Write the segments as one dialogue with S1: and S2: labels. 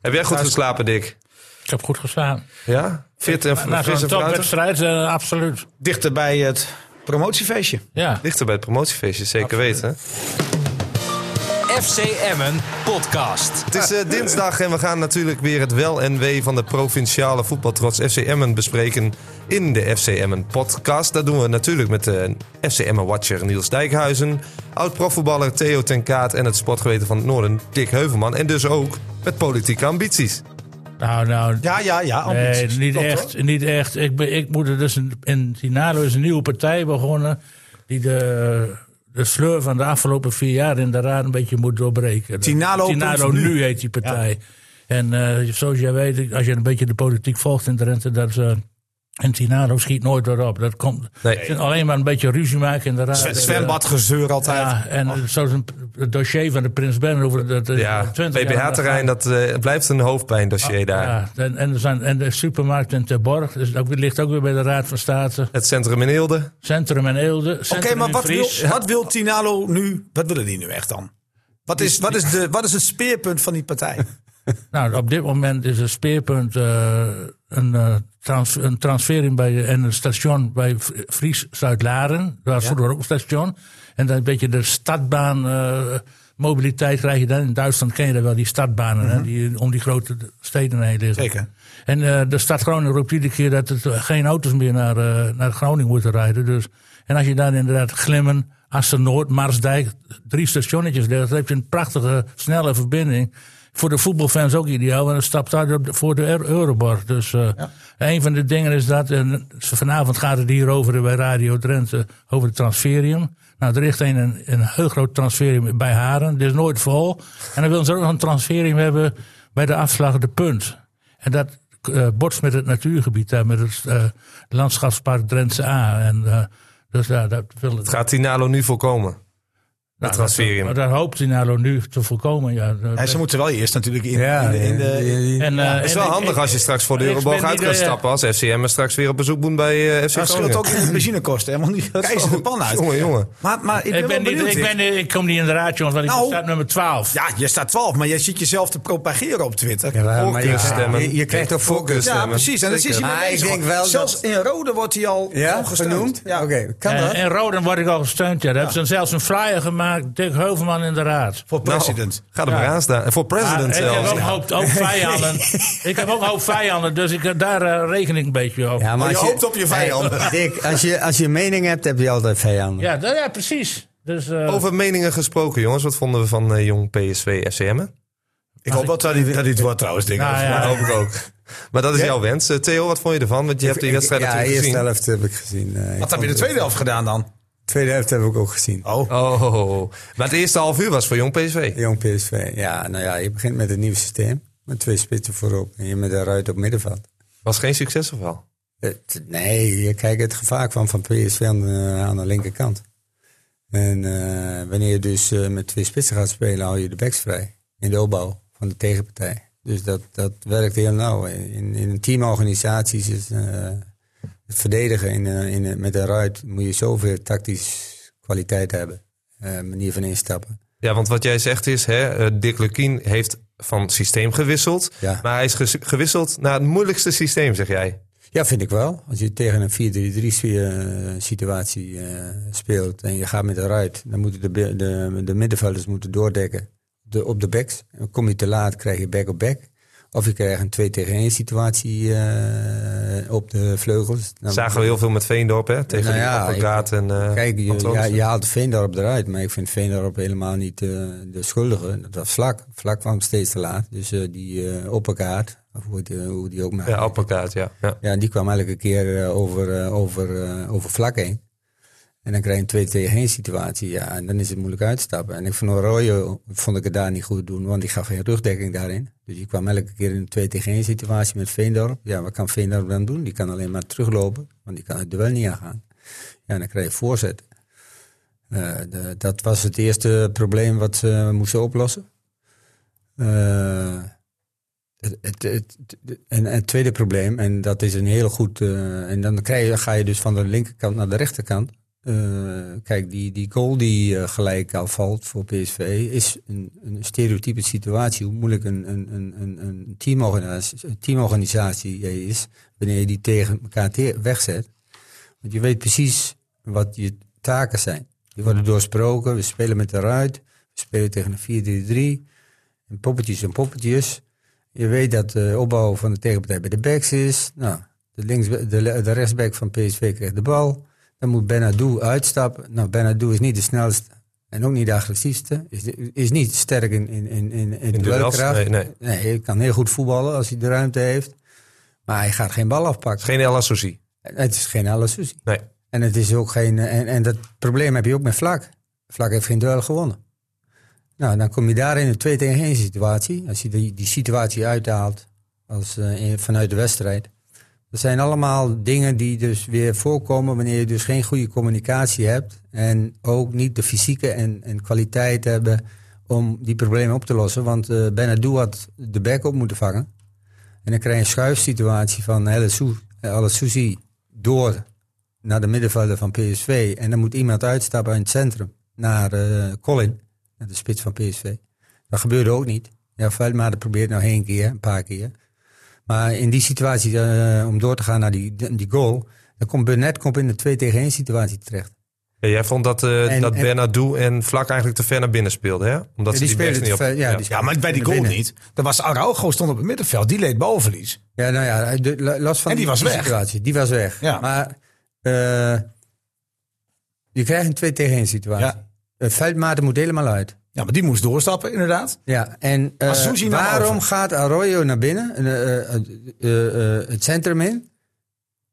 S1: Heb jij goed geslapen, Dick?
S2: Ik heb goed gestaan.
S1: Ja? Fit en
S2: Na
S1: fris
S2: zo'n
S1: en fruitig?
S2: topwedstrijd, eh, absoluut.
S3: Dichter bij het promotiefeestje.
S2: Ja.
S1: Dichter bij het promotiefeestje, zeker weten.
S4: FC Emmen podcast.
S1: Het is eh, dinsdag en we gaan natuurlijk weer het wel en wee van de provinciale voetbaltrots FC Emmen bespreken in de FC Emmen podcast. Dat doen we natuurlijk met de FC Emmen watcher Niels Dijkhuizen, oud-profvoetballer Theo ten Kaat en het sportgeweten van het Noorden Dick Heuvelman. En dus ook met politieke ambities.
S2: Nou, nou.
S3: Ja, ja, ja.
S2: Nee,
S3: ambities.
S2: niet
S3: Klopt,
S2: echt.
S3: hoor.
S2: Niet echt. Ik, ben, ik moet er dus een, in Tinalo is een nieuwe partij begonnen. Die de, de sleur van de afgelopen vier jaar in de raad een beetje moet doorbreken.
S3: Tinalo
S2: Tinalo
S3: komt
S2: nu.
S3: nu.
S2: heet die partij. En eh, zoals jij weet, als je een beetje de politiek volgt in Drenthe, dat is, eh, en Tinalo schiet nooit wat op. Dat komt
S1: Nee.
S2: het is alleen maar een beetje ruzie maken in de raad.
S3: Het Zwembadgezeur altijd.
S2: Ja, en zoals een, het dossier van de Prins Ben over dat eh,
S1: Ja,
S2: 20 jaar
S1: PPH-terrein, dat eh, blijft een hoofdpijndossier daar.
S2: Ah, ja, en, en, er zijn, en de supermarkt in Terborg dus dat ligt ook weer bij de Raad van State.
S1: Het centrum in Eelde.
S2: Centrum in Eelde. Oké,
S3: Oké, maar wat wil, wat wil Tinalo nu? Wat willen die nu echt dan? Wat is, wat, is de, wat is het speerpunt van die partij?
S2: Nou, op dit moment is het speerpunt eh, een, eh, trans, een transfering bij, en een station bij V- Fries Zuid-Laren. Daar was vroeger ook een station. En dan een beetje de stadbaan. eh, Mobiliteit krijg je dan. In Duitsland ken je daar wel die stadbanen hè, die om die grote steden heen liggen.
S3: Zeker.
S2: En eh, de stad Groningen roept iedere keer dat er geen auto's meer naar, eh, naar Groningen moeten rijden. Dus, en als je dan inderdaad Glimmen, Assen Noord, Marsdijk, drie stationnetjes legt, dan heb je een prachtige, snelle verbinding. Voor de voetbalfans ook ideaal, want dan stapt uit op de- voor de Eu- Euroborg. Dus eh, een van de dingen is dat, en ze- vanavond gaat het hier over bij Radio Drenthe, over het transferium. Nou, er ligt een, een, een heel groot transferium bij Haren, dit is nooit vol. En dan willen ze ook nog een transferium hebben bij de afslag De Punt. En dat eh botst met het natuurgebied daar, met het eh, landschapspark Drentse A. En, eh, dus ja, dat wil het.
S1: Het gaat Tinalo nu voorkomen.
S2: nou,
S1: transferium.
S2: dat- Daar hoopt Tinalo nu te voorkomen. Ja.
S3: Ja, ze moeten wel eerst natuurlijk in,
S2: Ja,
S3: in de- in de-
S2: en, eh,
S1: Het is
S2: en
S1: wel
S2: ik-
S1: handig
S2: ik-
S1: als je straks voor de
S2: ik
S1: Euroborg
S2: ben
S1: uit
S2: niet,
S1: gaat
S2: eh,
S1: stappen. Als FCM straks weer op bezoek moet bij eh FC
S3: dat scheelt
S1: Groningen.
S3: ook in de benzinekosten. Helemaal niet reizen de pan uit.
S1: Jongen, jongen.
S3: Maar, maar ik ben,
S2: Ik, ben,
S3: wel
S2: niet-
S3: benieuwd.
S2: ik, ben, eh, ik kom niet in de raad, jongens, want
S3: Nou.
S2: ik sta nummer 12.
S3: Ja, je staat 12, maar je zit jezelf te propageren op Twitter. Ja,
S5: Ja, maar
S1: Voorkeurstemmen.
S5: je, je, je krijgt toch voorkeurstemmen?
S1: stemmen.
S3: precies. En dat is
S1: Zeker.
S3: hij mee
S5: Maar ik
S3: bezig.
S5: denk wel
S3: Zelfs
S5: dat-
S3: in rode wordt hij al,
S5: Ja,
S3: al gesteund.
S5: genoemd?
S3: Ja.
S5: Oké, kan
S2: En,
S5: dat?
S2: en Roden word ik al gesteund. Ja. Daar hebben ze zelfs een flyer gemaakt. Dick Heuvelman in de raad.
S3: Voor
S1: Nou,
S3: president.
S1: Ga er maar aan staan. En Voor president
S2: Ah, ik heb
S1: zelfs.
S2: ook een hoop, hoop vijanden. ik heb ook een hoop vijanden, dus ik, daar eh, reken ik een beetje op. Ja,
S5: maar als
S3: op je vijanden.
S5: Dick, als je, als je een mening hebt, heb je altijd vijanden.
S2: ja, dat- ja precies. Dus, eh,
S1: Over meningen gesproken, jongens. Wat vonden we van eh, jong PSV FCM?
S3: Ik hoop wel dat dit dat dit wordt trouwens, dingen.
S2: nou ja,
S1: Dat hoop ik ook. Maar dat is jouw wens. Eh, Theo, wat vond je ervan? Want je hebt die wedstrijd
S5: ja,
S1: natuurlijk
S5: eerste
S1: gezien.
S5: helft heb ik gezien. eh,
S3: Wat
S5: ik
S3: heb
S5: vond
S3: je de
S5: het-
S3: tweede helft gedaan dan?
S5: Tweede helft heb ik ook gezien.
S3: Oh,
S1: Oh, oh, oh. maar het eerste half uur was voor jong PSV.
S5: Jong PSV. Ja, nou ja, je begint met een nieuw systeem. Met twee spitsen voorop en je met een ruit op middenveld.
S1: Was geen succes of wel?
S5: Het- nee, je kijkt het gevaar kwam van PSV aan de, aan de linkerkant. En eh, wanneer je dus eh, met twee spitsen gaat spelen, hou je de backs vrij. In de opbouw van de tegenpartij. Dus dat, dat werkt heel nauw. In, in teamorganisaties is eh, het verdedigen in, eh, in, eh, met een ruit moet je zoveel tactisch kwaliteit hebben. Eh, manier van instappen.
S1: Ja, want wat jij zegt is, hè, eh, Dick Lukien heeft van systeem gewisseld.
S5: Ja. Nou,
S1: Maar hij is ges- gewisseld naar het moeilijkste systeem, zeg jij.
S5: Ja, vind ik wel. Als je tegen een 4-3-3 sfeer, eh, situatie eh, speelt en je gaat met eruit, dan moeten de, be- de, de middenvelders moeten doordekken de, op de backs. En Kom je te laat, krijg je back op back. Of je krijgt een 2 tegen 1 situatie eh, op de vleugels. Dan-
S1: Zagen we heel veel met Veendorp, hè? Tegen
S5: Nou
S1: die
S5: ja,
S1: Appelgaard en eh
S5: Kijk, je, ja,
S1: Antonissen.
S5: je haalt Veendorp eruit, maar ik vind Veendorp helemaal niet eh, de schuldige. Dat was vlak. Vlak kwam steeds te laat. Dus eh, die eh opperkaart, of hoe, het, eh, hoe die ook maar.
S1: Ja, Appelgaard, ja. ja.
S5: Ja, en die kwam elke keer eh, over, eh, over, eh, over vlak heen. En dan krijg je een 2 tegen 1 situatie. Ja, en dan is het moeilijk uitstappen. En ik vond Oranje, vond ik het daar niet goed doen, want die gaf geen rugdekking daarin. Dus je kwam elke keer in een 2 tegen 1 situatie met Veendorp. Ja, wat kan Veendorp dan doen? Die kan alleen maar teruglopen, want die kan het duel niet aangaan. Ja, dan krijg je voorzet. Eh, de- dat was het eerste probleem wat ze moesten oplossen. Eh, het, het, het- het- en en het tweede probleem, en dat is een heel goed. eh, en dan krijg je, ga je dus van de linkerkant naar de rechterkant. eh, kijk, die, die goal die eh, gelijk al valt voor PSV is een, een stereotype situatie. Hoe moeilijk een, een, een, een, een teamorganisatie, een teamorganisatie jij is wanneer je die tegen elkaar te- wegzet. Want je weet precies wat je taken zijn. Die worden doorsproken, we spelen met de ruit, we spelen tegen een 4-3-3. En poppetjes en poppetjes. Je weet dat de opbouw van de tegenpartij bij de backs is. Nou, de, links, de, le- de rechtsback van PSV krijgt de bal. Dan moet Benadou uitstappen. Nou, Benadou is niet de snelste en ook niet de agressiefste. Is, is niet sterk in, in, in, in, in
S1: duels?
S5: duelkracht.
S1: Nee, nee.
S5: hij kan heel goed voetballen als hij de ruimte heeft. Maar hij gaat geen bal afpakken.
S1: Geen El Assouzi.
S5: Het is geen Alassusi.
S1: Nee.
S5: En het is ook geen. eh, En, en dat probleem heb je ook met Vlak. Vlak heeft geen duel gewonnen. Nou, dan kom je daar in een 2 tegen 1 situatie. Als je die, die situatie uithaalt als, eh, in- vanuit de wedstrijd. Dat zijn allemaal dingen die dus weer voorkomen wanneer je dus geen goede communicatie hebt. En ook niet de fysieke en, en kwaliteit hebben om die problemen op te lossen. Want eh Benadou had de bek op moeten vangen. En dan krijg je een schuifsituatie van Alessouzi door naar de middenvelder van PSV. En dan moet iemand uitstappen uit het centrum naar eh, Colin, naar de spits van PSV. Dat gebeurde ook niet. Ja, Veldmaat probeert nou één keer, een paar keer. Maar in die situatie, eh, om door te gaan naar die, die goal, dan komt Burnett komt in de 2 tegen 1 situatie terecht.
S1: Ja, jij vond dat, eh
S5: En-
S1: dat
S5: en-
S1: Bernardo en Vlak eigenlijk te ver naar binnen speelden, hè? Omdat
S5: Ja,
S1: ze die
S5: die
S1: backs
S5: spelen
S1: niet op...
S5: te ver- ja, die
S3: Ja, maar bij die goal
S5: Binnen.
S3: niet. Dat was Araujo stond op het middenveld. Die leed balverlies.
S5: Ja, nou ja, hij- de, la- last van
S3: En die was weg.
S5: situatie. Die was weg.
S3: Ja.
S5: Maar eh, je krijgt een 2 tegen 1 situatie.
S3: Ja.
S5: Eh, Veldmaat moet helemaal uit.
S3: Ja, maar die moest doorstappen, inderdaad.
S5: Ja, en eh,
S3: Susi nam
S5: waarom
S3: over.
S5: gaat Arroyo naar binnen, eh, eh, eh, eh, het centrum in,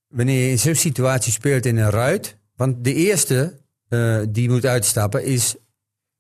S5: wanneer je in zo'n situatie speelt in een ruit? Want de eerste eh, die moet uitstappen is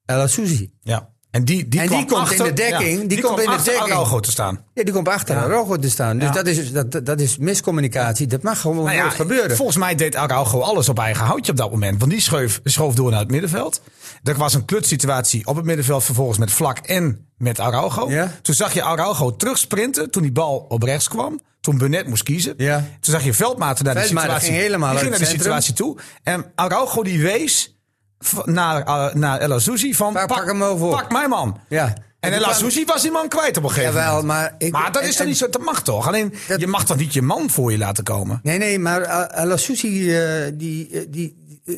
S5: El Asuzi.
S3: Ja. En die, die
S5: En
S3: kwam
S5: die komt in
S3: achter-
S5: de dekking, die komt in de
S3: achter
S5: dekking.
S3: Araujo te staan.
S5: Ja, die komt achter Arroyo te staan. Dus
S3: Ja.
S5: dat, is, dat, dat is miscommunicatie. Dat mag gewoon
S3: Nou ja,
S5: nooit gebeuren.
S3: Volgens mij deed Araujo alles op eigen houtje op dat moment. Want die schoof, schoof door naar het middenveld. Er was een klutsituatie op het middenveld vervolgens met Vlak en met Araujo.
S5: Ja.
S3: Toen zag je Araujo terugsprinten toen die bal op rechts kwam. Toen Burnett moest kiezen.
S5: Ja.
S3: Toen zag je Veldmaten naar die
S5: Veldmaten
S3: situatie.
S5: ging helemaal
S3: die ging
S5: uit
S3: naar
S5: het
S3: die situatie toe. En Araujo die wees v- naar, eh, naar El Azouzi van...
S5: Pak- pak hem maar voor.
S3: Pak mijn man.
S5: Ja.
S3: En El Azouzi was die man kwijt op een gegeven moment.
S5: Jawel, maar... Ik,
S3: Maar dat
S5: en-
S3: is
S5: en-
S3: dan niet zo, dat mag toch? Alleen,
S5: Dat-
S3: je mag toch niet je man voor je laten komen?
S5: Nee, nee, maar Alassouci die, eh, die, eh,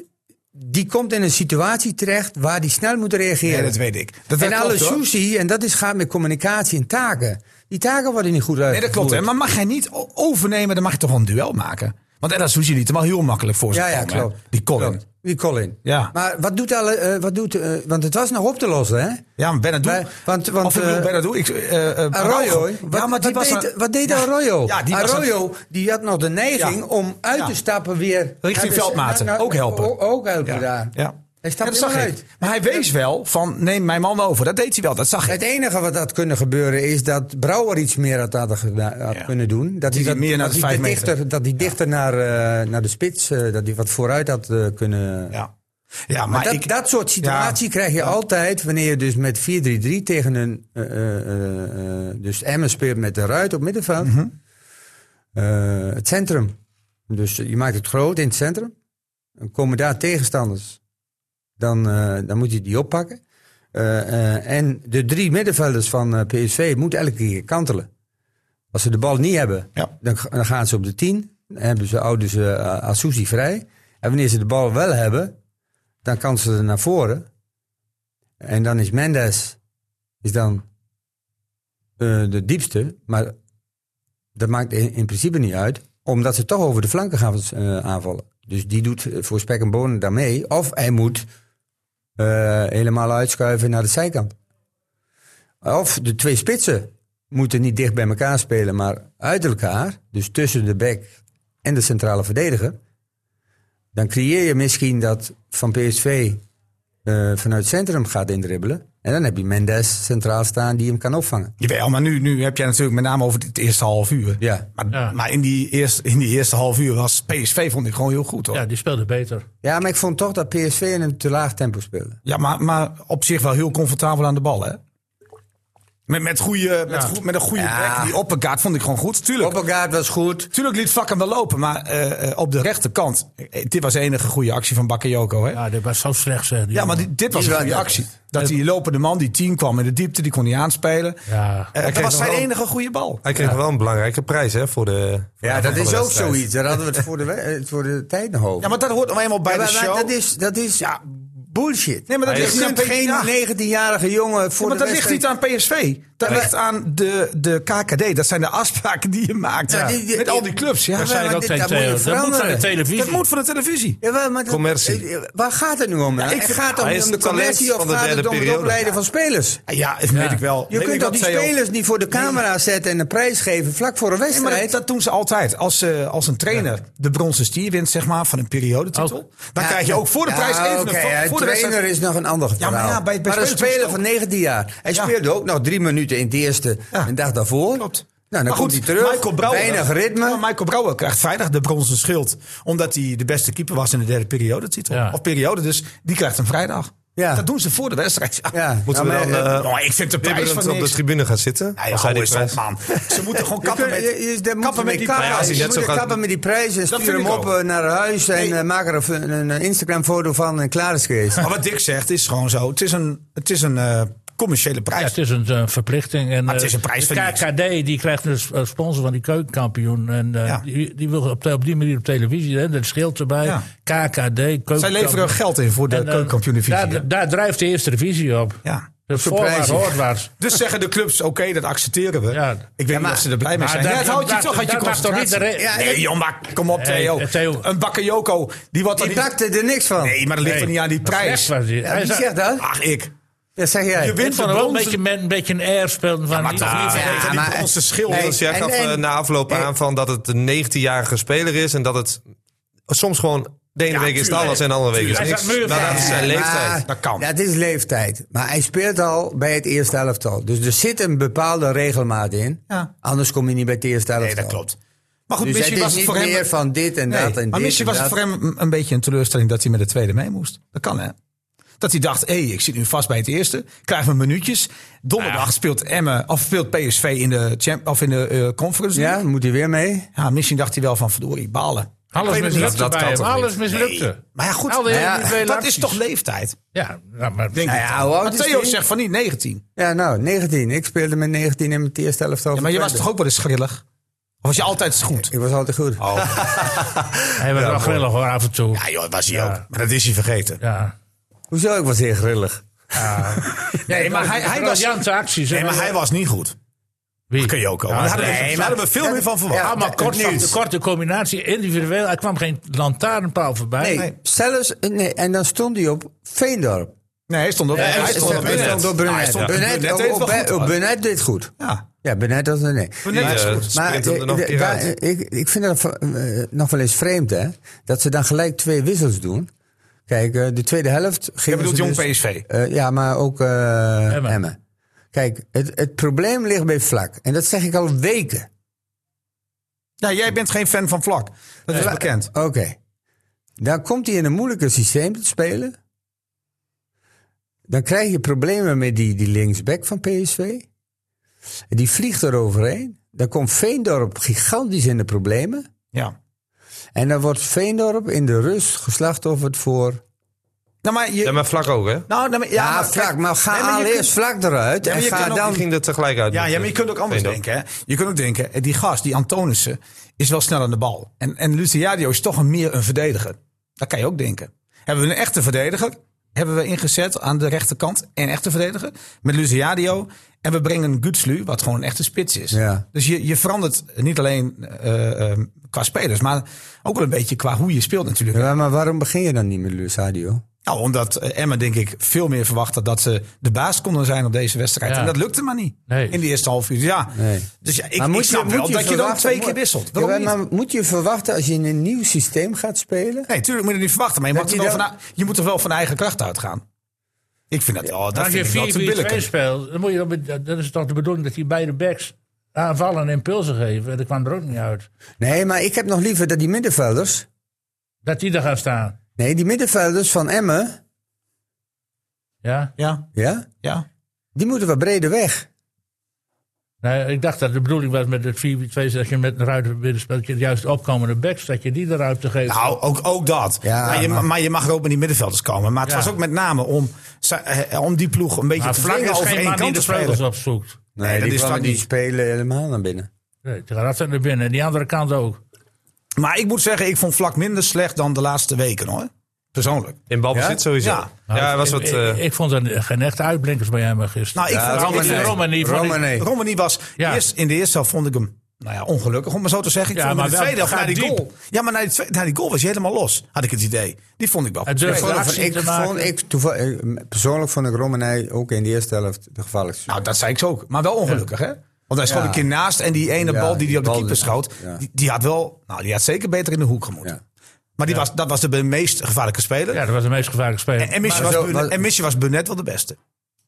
S5: die komt in een situatie terecht waar die snel moet reageren.
S3: Nee, dat weet ik. Dat- dat
S5: en
S3: klopt, hoor.
S5: Alassouci, en dat is, gaat met communicatie en taken. Die taken worden niet goed
S3: Nee,
S5: uitgevoerd.
S3: dat klopt. Hè? Maar mag hij niet o- overnemen, dan mag je toch wel een duel maken? Want El Azouzi liet hem al heel makkelijk voor zich
S5: Ja, ja,
S3: komen, hè?
S5: klopt.
S3: Die Colin.
S5: Klopt. Die Colin.
S3: Ja.
S5: Maar wat doet... Alle, eh, wat doet eh, want het was nog op te lossen, hè?
S3: Ja, maar Benadou.
S5: Wij- want- want,
S3: of ik bedoel
S5: eh,
S3: Benadou, ik, eh, eh,
S5: Arroyo,
S3: Araujo.
S5: hè?
S3: Ja,
S5: wat,
S3: maar die
S5: wat
S3: was
S5: deed,
S3: een-
S5: wat deed
S3: Ja.
S5: Arroyo?
S3: Ja, die was een-
S5: Arroyo die had nog de neiging
S3: Ja.
S5: om uit
S3: Ja.
S5: te stappen weer...
S3: Richting
S5: naar de-
S3: Veldmaten.
S5: naar- naar-
S3: Ook helpen.
S5: nou, o- Ook helpen
S3: Ja,
S5: daar.
S3: ja.
S5: Hij
S3: Ja,
S5: stapt
S3: dat zag
S5: helemaal
S3: ik.
S5: uit.
S3: Maar hij wees wel van, neem mijn man over. Dat deed hij wel, dat zag ik.
S5: Het enige wat had kunnen gebeuren is dat Brouwer iets meer had, had, gedaan- had
S3: Ja.
S5: kunnen doen. Dat
S3: Die
S5: hij
S3: die
S5: dat,
S3: meer naar
S5: dat
S3: de
S5: hij
S3: vijf
S5: de
S3: meter.
S5: dichter, dat hij dichter naar, eh, naar de spits, eh, dat hij wat vooruit had eh, kunnen.
S3: Ja, ja maar,
S5: Maar dat,
S3: ik,
S5: dat soort situatie krijg je altijd wanneer je dus met 4-3-3 tegen een. eh, eh, eh, eh, dus Emmen speelt met de ruit op middenveld.
S3: Mhm.
S5: Eh, het centrum. Dus je maakt het groot in het centrum. Dan komen daar tegenstanders. Dan, eh, dan moet je die oppakken. Eh, eh, en de drie middenvelders van eh, PSV moeten elke keer kantelen. Als ze de bal niet hebben,
S3: Ja.
S5: dan, ga- dan gaan ze op de 10. Dan hebben ze, houden ze eh, Asusi vrij. En wanneer ze de bal wel hebben, dan kan ze er naar voren. En dan is Mendes is dan, eh, de diepste. Maar dat maakt in, in principe niet uit. Omdat ze toch over de flanken gaan eh, aanvallen. Dus die doet eh, voor spek en bonen daarmee. Of hij moet eh, helemaal uitschuiven naar de zijkant. Of de twee spitsen moeten niet dicht bij elkaar spelen, maar uit elkaar. Dus tussen de back en de centrale verdediger. Dan creëer je misschien dat van PSV eh, vanuit het centrum gaat indribbelen. En dan heb je Mendes centraal staan die hem kan opvangen.
S3: Jawel, maar nu, nu heb jij natuurlijk met name over het eerste half uur.
S5: Ja.
S3: Maar,
S2: Ja.
S3: maar in, die eerste, in die eerste half uur was PSV vond ik gewoon heel goed hoor.
S2: Ja, die speelde beter.
S5: Ja, maar ik vond toch dat PSV in een te laag tempo speelde.
S3: Ja, maar, maar op zich wel heel comfortabel aan de bal, hè? Met, met, goede, met, goed- met een goede
S5: Ja.
S3: back, die opperkaart vond ik gewoon goed. Tuurlijk,
S5: Oppergaard was goed.
S3: tuurlijk liet Vlak hem wel lopen, maar eh, eh, op de rechterkant. eh, dit was de enige goede actie van Bakayoko. Hè? Ja,
S2: Ja, dat was zo slecht, zeg. die
S3: maar
S2: jongen.
S3: die- dit was
S5: Die
S3: een
S5: was
S3: goede
S5: dat.
S3: actie. Dat die lopende man, die 10 kwam in de diepte, die kon niet aanspelen.
S2: Ja.
S3: Eh, dat
S1: kreeg
S3: was
S1: nog
S3: zijn
S1: wel-
S3: enige goede bal.
S1: Hij kreeg wel een belangrijke prijs hè, voor de. voor
S5: Ja,
S1: de
S5: dat
S1: van de
S5: is ook
S1: wedstrijd.
S5: zoiets. Daar hadden we het voor de, we- eh, voor de tijd nog over.
S3: Ja, maar dat hoort nou eenmaal bij
S5: Ja,
S3: de
S5: maar- maar
S3: show.
S5: dat is, dat is bullshit.
S3: Nee, maar dat
S5: je
S3: ligt niet
S5: kunt
S3: aan P-
S5: geen
S3: ja.
S5: 19-jarige jongen voor
S3: maar
S5: de
S3: dat ligt
S5: wedstrijd-
S3: niet aan PSV. Dat
S5: Nee.
S3: ligt aan de, de KKD. Dat zijn de afspraken die je maakt
S5: Ja, die- die-
S3: met al die clubs. Ja.
S5: Dat
S2: zei
S5: maar
S2: ik ook
S5: dit-
S2: tegen
S5: dat moet je
S2: Theo. Dat moet van de
S5: veranderen.
S2: televisie.
S3: Dat moet van de televisie.
S5: Jawel, maar dat-
S1: Commercie.
S5: eh, Waar gaat het nu om?
S3: ik
S5: Het
S3: vind-
S5: gaat om,
S1: hij is
S5: om de
S1: het talent
S5: commercie of
S1: van de
S5: gaat het
S1: derde
S5: om het
S1: periode.
S5: opleiden van spelers?
S3: Ah, Ja, dat weet ik wel.
S5: Je
S3: Weet ik
S5: kunt
S3: wat
S5: toch die
S3: zij ook-
S5: spelers niet voor de camera zetten en een prijs geven vlak voor een
S3: Nee, maar dat,
S5: wedstrijd?
S3: dat doen ze altijd. Als, eh, als een trainer de bronzen stier wint zeg maar, van een periodetitel... dan
S5: Ja,
S3: krijg je ook voor de
S5: ja,
S3: prijs even... een
S5: oké,
S3: vo-
S5: ja,
S3: voor de
S5: trainer
S3: wedstrijd-
S5: is nog een ander verhaal.
S3: ja, bij- bij
S5: maar een
S3: spelers is het
S5: speler
S3: ook-
S5: van 19 jaar. Hij
S3: Ja.
S5: speelde ook nog drie minuten in het eerste
S3: Ja.
S5: een dag daarvoor.
S3: Klopt.
S5: Nou, dan
S3: Maar
S5: komt hij terug.
S3: Michael Brouwer,
S5: Weinig ritme.
S3: Ja, Michael Brouwer krijgt vrijdag de bronzen schild. Omdat hij de beste keeper was in de derde periodetitel.
S2: Ja.
S3: Of periode, dus die krijgt een vrijdag.
S5: Ja.
S3: Dat doen ze voor de wedstrijd.
S5: Ja.
S1: Moeten
S5: Ja,
S1: we
S5: maar,
S1: dan
S5: eh,
S1: eh,
S3: Nou, ik vind de prijs
S1: bibberend
S3: van
S1: op de
S3: niks.
S1: tribune gaan zitten?
S3: Nee,
S1: als hij
S3: hou
S1: die
S3: eens op,
S1: prijs...
S3: man. Ze moeten gewoon kappen
S5: Je kunt- je- je-
S3: met,
S5: daar moet je
S3: kappen met
S5: mee
S3: die
S5: kappen.
S1: Ja, als
S3: prijs.
S1: hij
S5: Je
S1: net
S5: moet
S1: zo
S5: er
S1: gaat-
S5: kappen met die prijs en stuur
S3: vind
S5: hem
S3: ik
S5: op
S3: ook.
S5: eh, naar huis en
S3: Nee.
S5: eh, maak er een, een- een Instagram-foto van en klaar is geweest.
S3: Maar wat Dick zegt is gewoon zo. Het is een, het is een eh, commerciële
S2: Ja,
S3: prijs.
S2: het is een, eh, verplichting. En,
S3: Maar het
S2: eh,
S3: is een prijs
S2: de
S3: van niks.
S2: KKD die krijgt een s- een sponsor van die keukenkampioen. En eh,
S3: Ja.
S2: die, die wil op, te- op die manier op televisie. Hè, dat scheelt erbij.
S3: Ja.
S2: KKD, keukenkampioen.
S3: Zij leveren geld in voor de
S2: En, eh,
S3: keukenkampioen-divisie.
S2: Daar, daar drijft de eerste divisie op.
S3: Ja.
S2: Dat is
S5: Zo'n
S2: voorwaarts,
S5: prijsje.
S2: hoorwaarts.
S3: Dus zeggen de clubs, oké, dat accepteren we.
S2: Ja.
S3: Ik weet niet of ze er blij mee
S2: maar
S3: zijn.
S2: dat-
S3: Ja, het houdt je
S2: dat-
S3: toch uit je
S2: dat mag toch niet de
S3: concentratie.
S2: re- Ja,
S3: nee, joh, maar kom op,
S2: Nee,
S3: Theo.
S2: Theo.
S3: Een bakayoko, die wat
S5: Die bakte er niks van.
S3: Nee, maar dat ligt
S2: Nee,
S3: er niet aan die
S2: dat is
S3: prijs.
S2: echt waar die-
S5: Ja,
S2: hij
S5: wie
S2: zou-
S5: zegt dat?
S3: Ach, ik.
S5: Dat zeg jij.
S3: Je wint
S2: Het was
S3: van de
S2: wel een
S3: bronzen.
S2: beetje met een beetje een air spelen van.
S3: maar
S2: die-
S3: toch niet
S5: Ja,
S3: vanwege die
S5: maar-
S3: bronzen schil.
S5: Nee.
S1: Dus jij
S5: En-
S1: gaf
S5: en-
S1: eh, na afloop
S5: en-
S1: aan van dat het een 19-jarige speler is en dat het soms gewoon de ene
S3: Ja,
S1: week is het
S3: tuurlijk.
S1: alles en de andere week is
S2: Tuurlijk.
S1: niks.
S2: Hij
S1: Nou,
S2: zat muur.
S1: dat is zijn
S5: Ja,
S1: leeftijd.
S5: maar-
S3: Dat kan.
S5: Ah, Dat is leeftijd. Maar hij speelt al bij het eerste elftal. Dus er zit een bepaalde regelmaat in.
S3: Ja.
S5: Anders kom je niet bij het eerste elftal.
S3: Nee, dat klopt. Maar goed,
S5: Dus
S3: misschien
S5: het is
S3: was het
S5: niet
S3: voor hem...
S5: meer van dit en
S3: Nee,
S5: dat en
S3: maar
S5: dit
S3: misschien
S5: en
S3: was het
S5: dat.
S3: voor hem een- een beetje een teleurstelling dat hij met de tweede mee moest. Dat kan, hè? Dat hij dacht, hé, ik zit nu vast bij het eerste. Krijg mijn minuutjes. Donderdag speelt Emmen, of speelt PSV in de, champ, of in de eh, conference. League.
S5: Ja, moet hij weer mee?
S3: Ja, misschien dacht hij wel van verdorie, balen.
S2: Alles
S3: Ik weet het
S2: mislukte
S3: niet.
S1: dat
S2: bij
S1: kan
S2: hem.
S1: toch niet?
S2: Alles mislukte.
S3: Maar ja, goed,
S2: Al die
S3: nou
S5: ja,
S2: individuele
S3: dat
S2: acties.
S3: is toch leeftijd?
S2: Ja, nou, maar
S3: Denk
S5: Nou
S3: ik
S5: ja,
S3: dan.
S5: hoe oud
S3: maar
S5: is
S3: Theo
S5: die?
S3: zegt van niet 19.
S5: Ja, nou, 19. Ik speelde met 19 in mijn eerste elftal.
S3: Ja, maar je was toch ook wel eens grillig? Of was je altijd goed?
S5: Ik was altijd goed.
S3: Oh.
S2: hij was wel grillig hoor, af en toe. Ja.
S3: joh, was hij
S2: Ja.
S3: Maar dat is hij vergeten.
S5: Hoezo? Ik was heel grillig.
S3: Nee, maar hij, hij, was,
S2: Briljante acties.
S3: nee, maar eh, hij was niet goed.
S2: Wie?
S3: Kun je ook al.
S2: Ja,
S3: Daar hadden,
S2: nee,
S3: we- daar hadden we veel meer van verwacht.
S5: Ja,
S2: Allemaal kort van de korte combinatie, individueel. Er kwam geen lantaarnpaal voorbij.
S5: Nee, zelfs... Nee, en dan stond hij op Veendorp.
S3: Nee, hij stond op. hij
S5: Hij
S3: stond op Burnett.
S5: stond op Brunet.
S3: Hij stond op Burnett.
S5: Brunet
S3: Dat deed het wel goed,
S5: op- op
S3: hoor.
S5: Brunet deed goed.
S3: Ja.
S5: Ja, Brunet was er nee.
S1: Die,
S3: Nee,
S1: eh,
S3: dat is goed.
S5: Maar
S1: sprint hem er nog een
S5: eh,
S1: keer
S5: daar-
S1: uit.
S5: ik, ik vind dat eh, nog wel eens vreemd, hè? Dat ze dan gelijk twee wissels doen. Kijk, eh, de tweede helft.
S3: Je
S5: gingen
S3: bedoelt
S5: ze
S3: jong
S5: dus-
S3: PSV.
S5: eh, ja, maar ook eh
S2: Emmen.
S5: Emmen. Kijk, het, het probleem ligt bij Vlak. En dat zeg ik al weken.
S3: Ja, jij bent geen fan van Vlak. Dat is
S5: Vla-
S3: bekend.
S5: Oké. Dan komt hij in een moeilijker systeem te spelen. Dan krijg je problemen met die, die linksback van PSV. Die vliegt er overheen. Dan komt Veendorp gigantisch in de problemen.
S3: Ja.
S5: En dan wordt Veendorp in de rust geslachtofferd voor.
S3: Nou, maar je...
S1: Ja, maar vlak ook, hè?
S3: nou, nou, maar-
S5: Ja,
S3: ja, maar
S5: vlak,
S3: kijk-
S5: maar ga
S3: Nee, maar je
S5: al
S3: kunt-
S5: eerst vlak eruit.
S3: Ja, maar
S5: en
S3: je
S5: ga
S3: kunt ook-
S1: Die
S5: dan.
S1: ging er tegelijk uit.
S3: Ja, ja, maar je kunt ook anders
S1: Veendorp.
S3: denken. Hè? Je kunt ook denken, eh, die gast, die Antonissen, is wel snel aan de bal. En, en Luciadio is toch een meer een verdediger. Dat kan je ook denken. Hebben we een echte verdediger? Hebben we ingezet aan de rechterkant een echte verdediger? Met Luciadio. En we brengen Gutslu, wat gewoon een echte spits is.
S5: Ja.
S3: Dus je, je verandert niet alleen eh, eh, qua spelers, maar ook wel een beetje qua hoe je speelt natuurlijk.
S5: Ja, maar waarom begin je dan niet met Lusadio?
S3: Nou, omdat eh, Emma denk ik veel meer verwachtte dat ze de baas konden zijn op deze wedstrijd.
S2: Ja.
S3: En dat lukte maar niet.
S2: Nee.
S3: In de eerste half uur. Ja.
S5: Nee.
S3: Dus ja, ik, ik snap wel dat je dan
S5: verwachten-
S3: twee keer wisselt.
S5: Ja,
S3: Waarom niet?
S5: maar moet je verwachten als je in een nieuw systeem gaat spelen?
S3: Nee, tuurlijk moet je het niet verwachten. Maar je, mag
S5: Dat
S3: er
S5: hij
S3: wel
S5: dan-
S3: van, je moet er wel van eigen kracht uitgaan. Ik vind dat, oh, dat
S2: Als je
S3: vind ik wel te
S2: 4-4-2
S3: billijken.
S2: speelt, dan, moet je dan, met- dat is toch de bedoeling dat die beide backs aanvallen en impulsen geven. En dat kwam er ook niet uit.
S5: Nee, maar ik heb nog liever dat die middenvelders.
S2: Dat die er gaan staan.
S5: Nee, die middenvelders van Emmen.
S2: Ja?
S3: Ja,
S5: Ja,
S3: ja.
S5: die moeten wat breder weg.
S2: Nee, Nou, ik dacht dat de bedoeling was met het 4 2 dat je met de ruiter binnen dat je de juist opkomende backs, dat je die de ruimte geeft.
S3: Nou, ook, ook dat.
S5: Ja,
S3: maar, je,
S5: maar-
S3: maar je mag er ook met die middenvelders komen. Maar het
S2: Ja.
S3: was ook met name om, sa- eh, om die ploeg een beetje
S2: maar
S3: te
S2: vlak
S3: dwingen
S2: is
S3: over
S2: geen
S3: één
S2: man die
S3: kant te
S2: de
S3: spelen.
S2: vleugels opzoekt.
S5: Nee,
S3: dat
S5: die,
S3: is
S5: kwam-
S3: vaak
S5: die
S3: niet.
S5: spelen helemaal naar binnen.
S2: Nee, dat zijn er binnen. En die andere kant ook.
S3: Maar ik moet zeggen, ik vond vlak minder slecht dan de laatste weken hoor. Persoonlijk.
S1: In balbezit
S3: Ja?
S1: sowieso.
S3: Ja.
S1: Ja, hij was
S2: Nou, ik,
S1: wat...
S2: ik,
S1: eh,
S2: ik vond er geen echte uitblinkers bij hem eh, gisteren.
S3: Nou, ik
S5: Ja,
S3: vond
S5: Romane.
S2: Romane.
S3: ik-
S2: Romani vond ik-
S5: Romani.
S3: Romani was
S2: Ja.
S3: eerst, in de eerste helft vond ik hem nou ja, ongelukkig, om maar zo te zeggen. Ik
S2: Ja,
S3: vond hem in de
S2: maar
S3: tweede
S2: wel-
S3: helft na die
S2: gaat diep.
S3: goal. Ja, maar na die, tweede- na die goal was hij helemaal los, had ik het idee. Die vond ik wel.
S2: Het
S3: goed.
S5: Ik
S2: durfde
S5: vond-
S2: actie
S5: ik
S2: te maken.
S5: vond, ik, toeval- eh, persoonlijk vond ik Romanij ook in de eerste helft de gevaarlijkste.
S3: Nou, dat zei ik zo ook. Maar wel ongelukkig, hè? Want hij schoot
S5: Ja.
S3: een keer naast en die ene
S5: Ja,
S3: bal die
S5: die
S3: hij op de
S5: bal-
S3: keeper schoot,
S5: ja.
S3: die, die had wel, nou, die had zeker beter in de hoek gemoet.
S5: Ja.
S3: Maar die was, dat was de meest gevaarlijke speler.
S2: Ja, dat was de meest gevaarlijke speler.
S3: En, en, Missie
S5: Maar
S3: was
S5: zo-
S3: Burnett-
S5: wat-
S3: en Missie was Burnett wel de beste.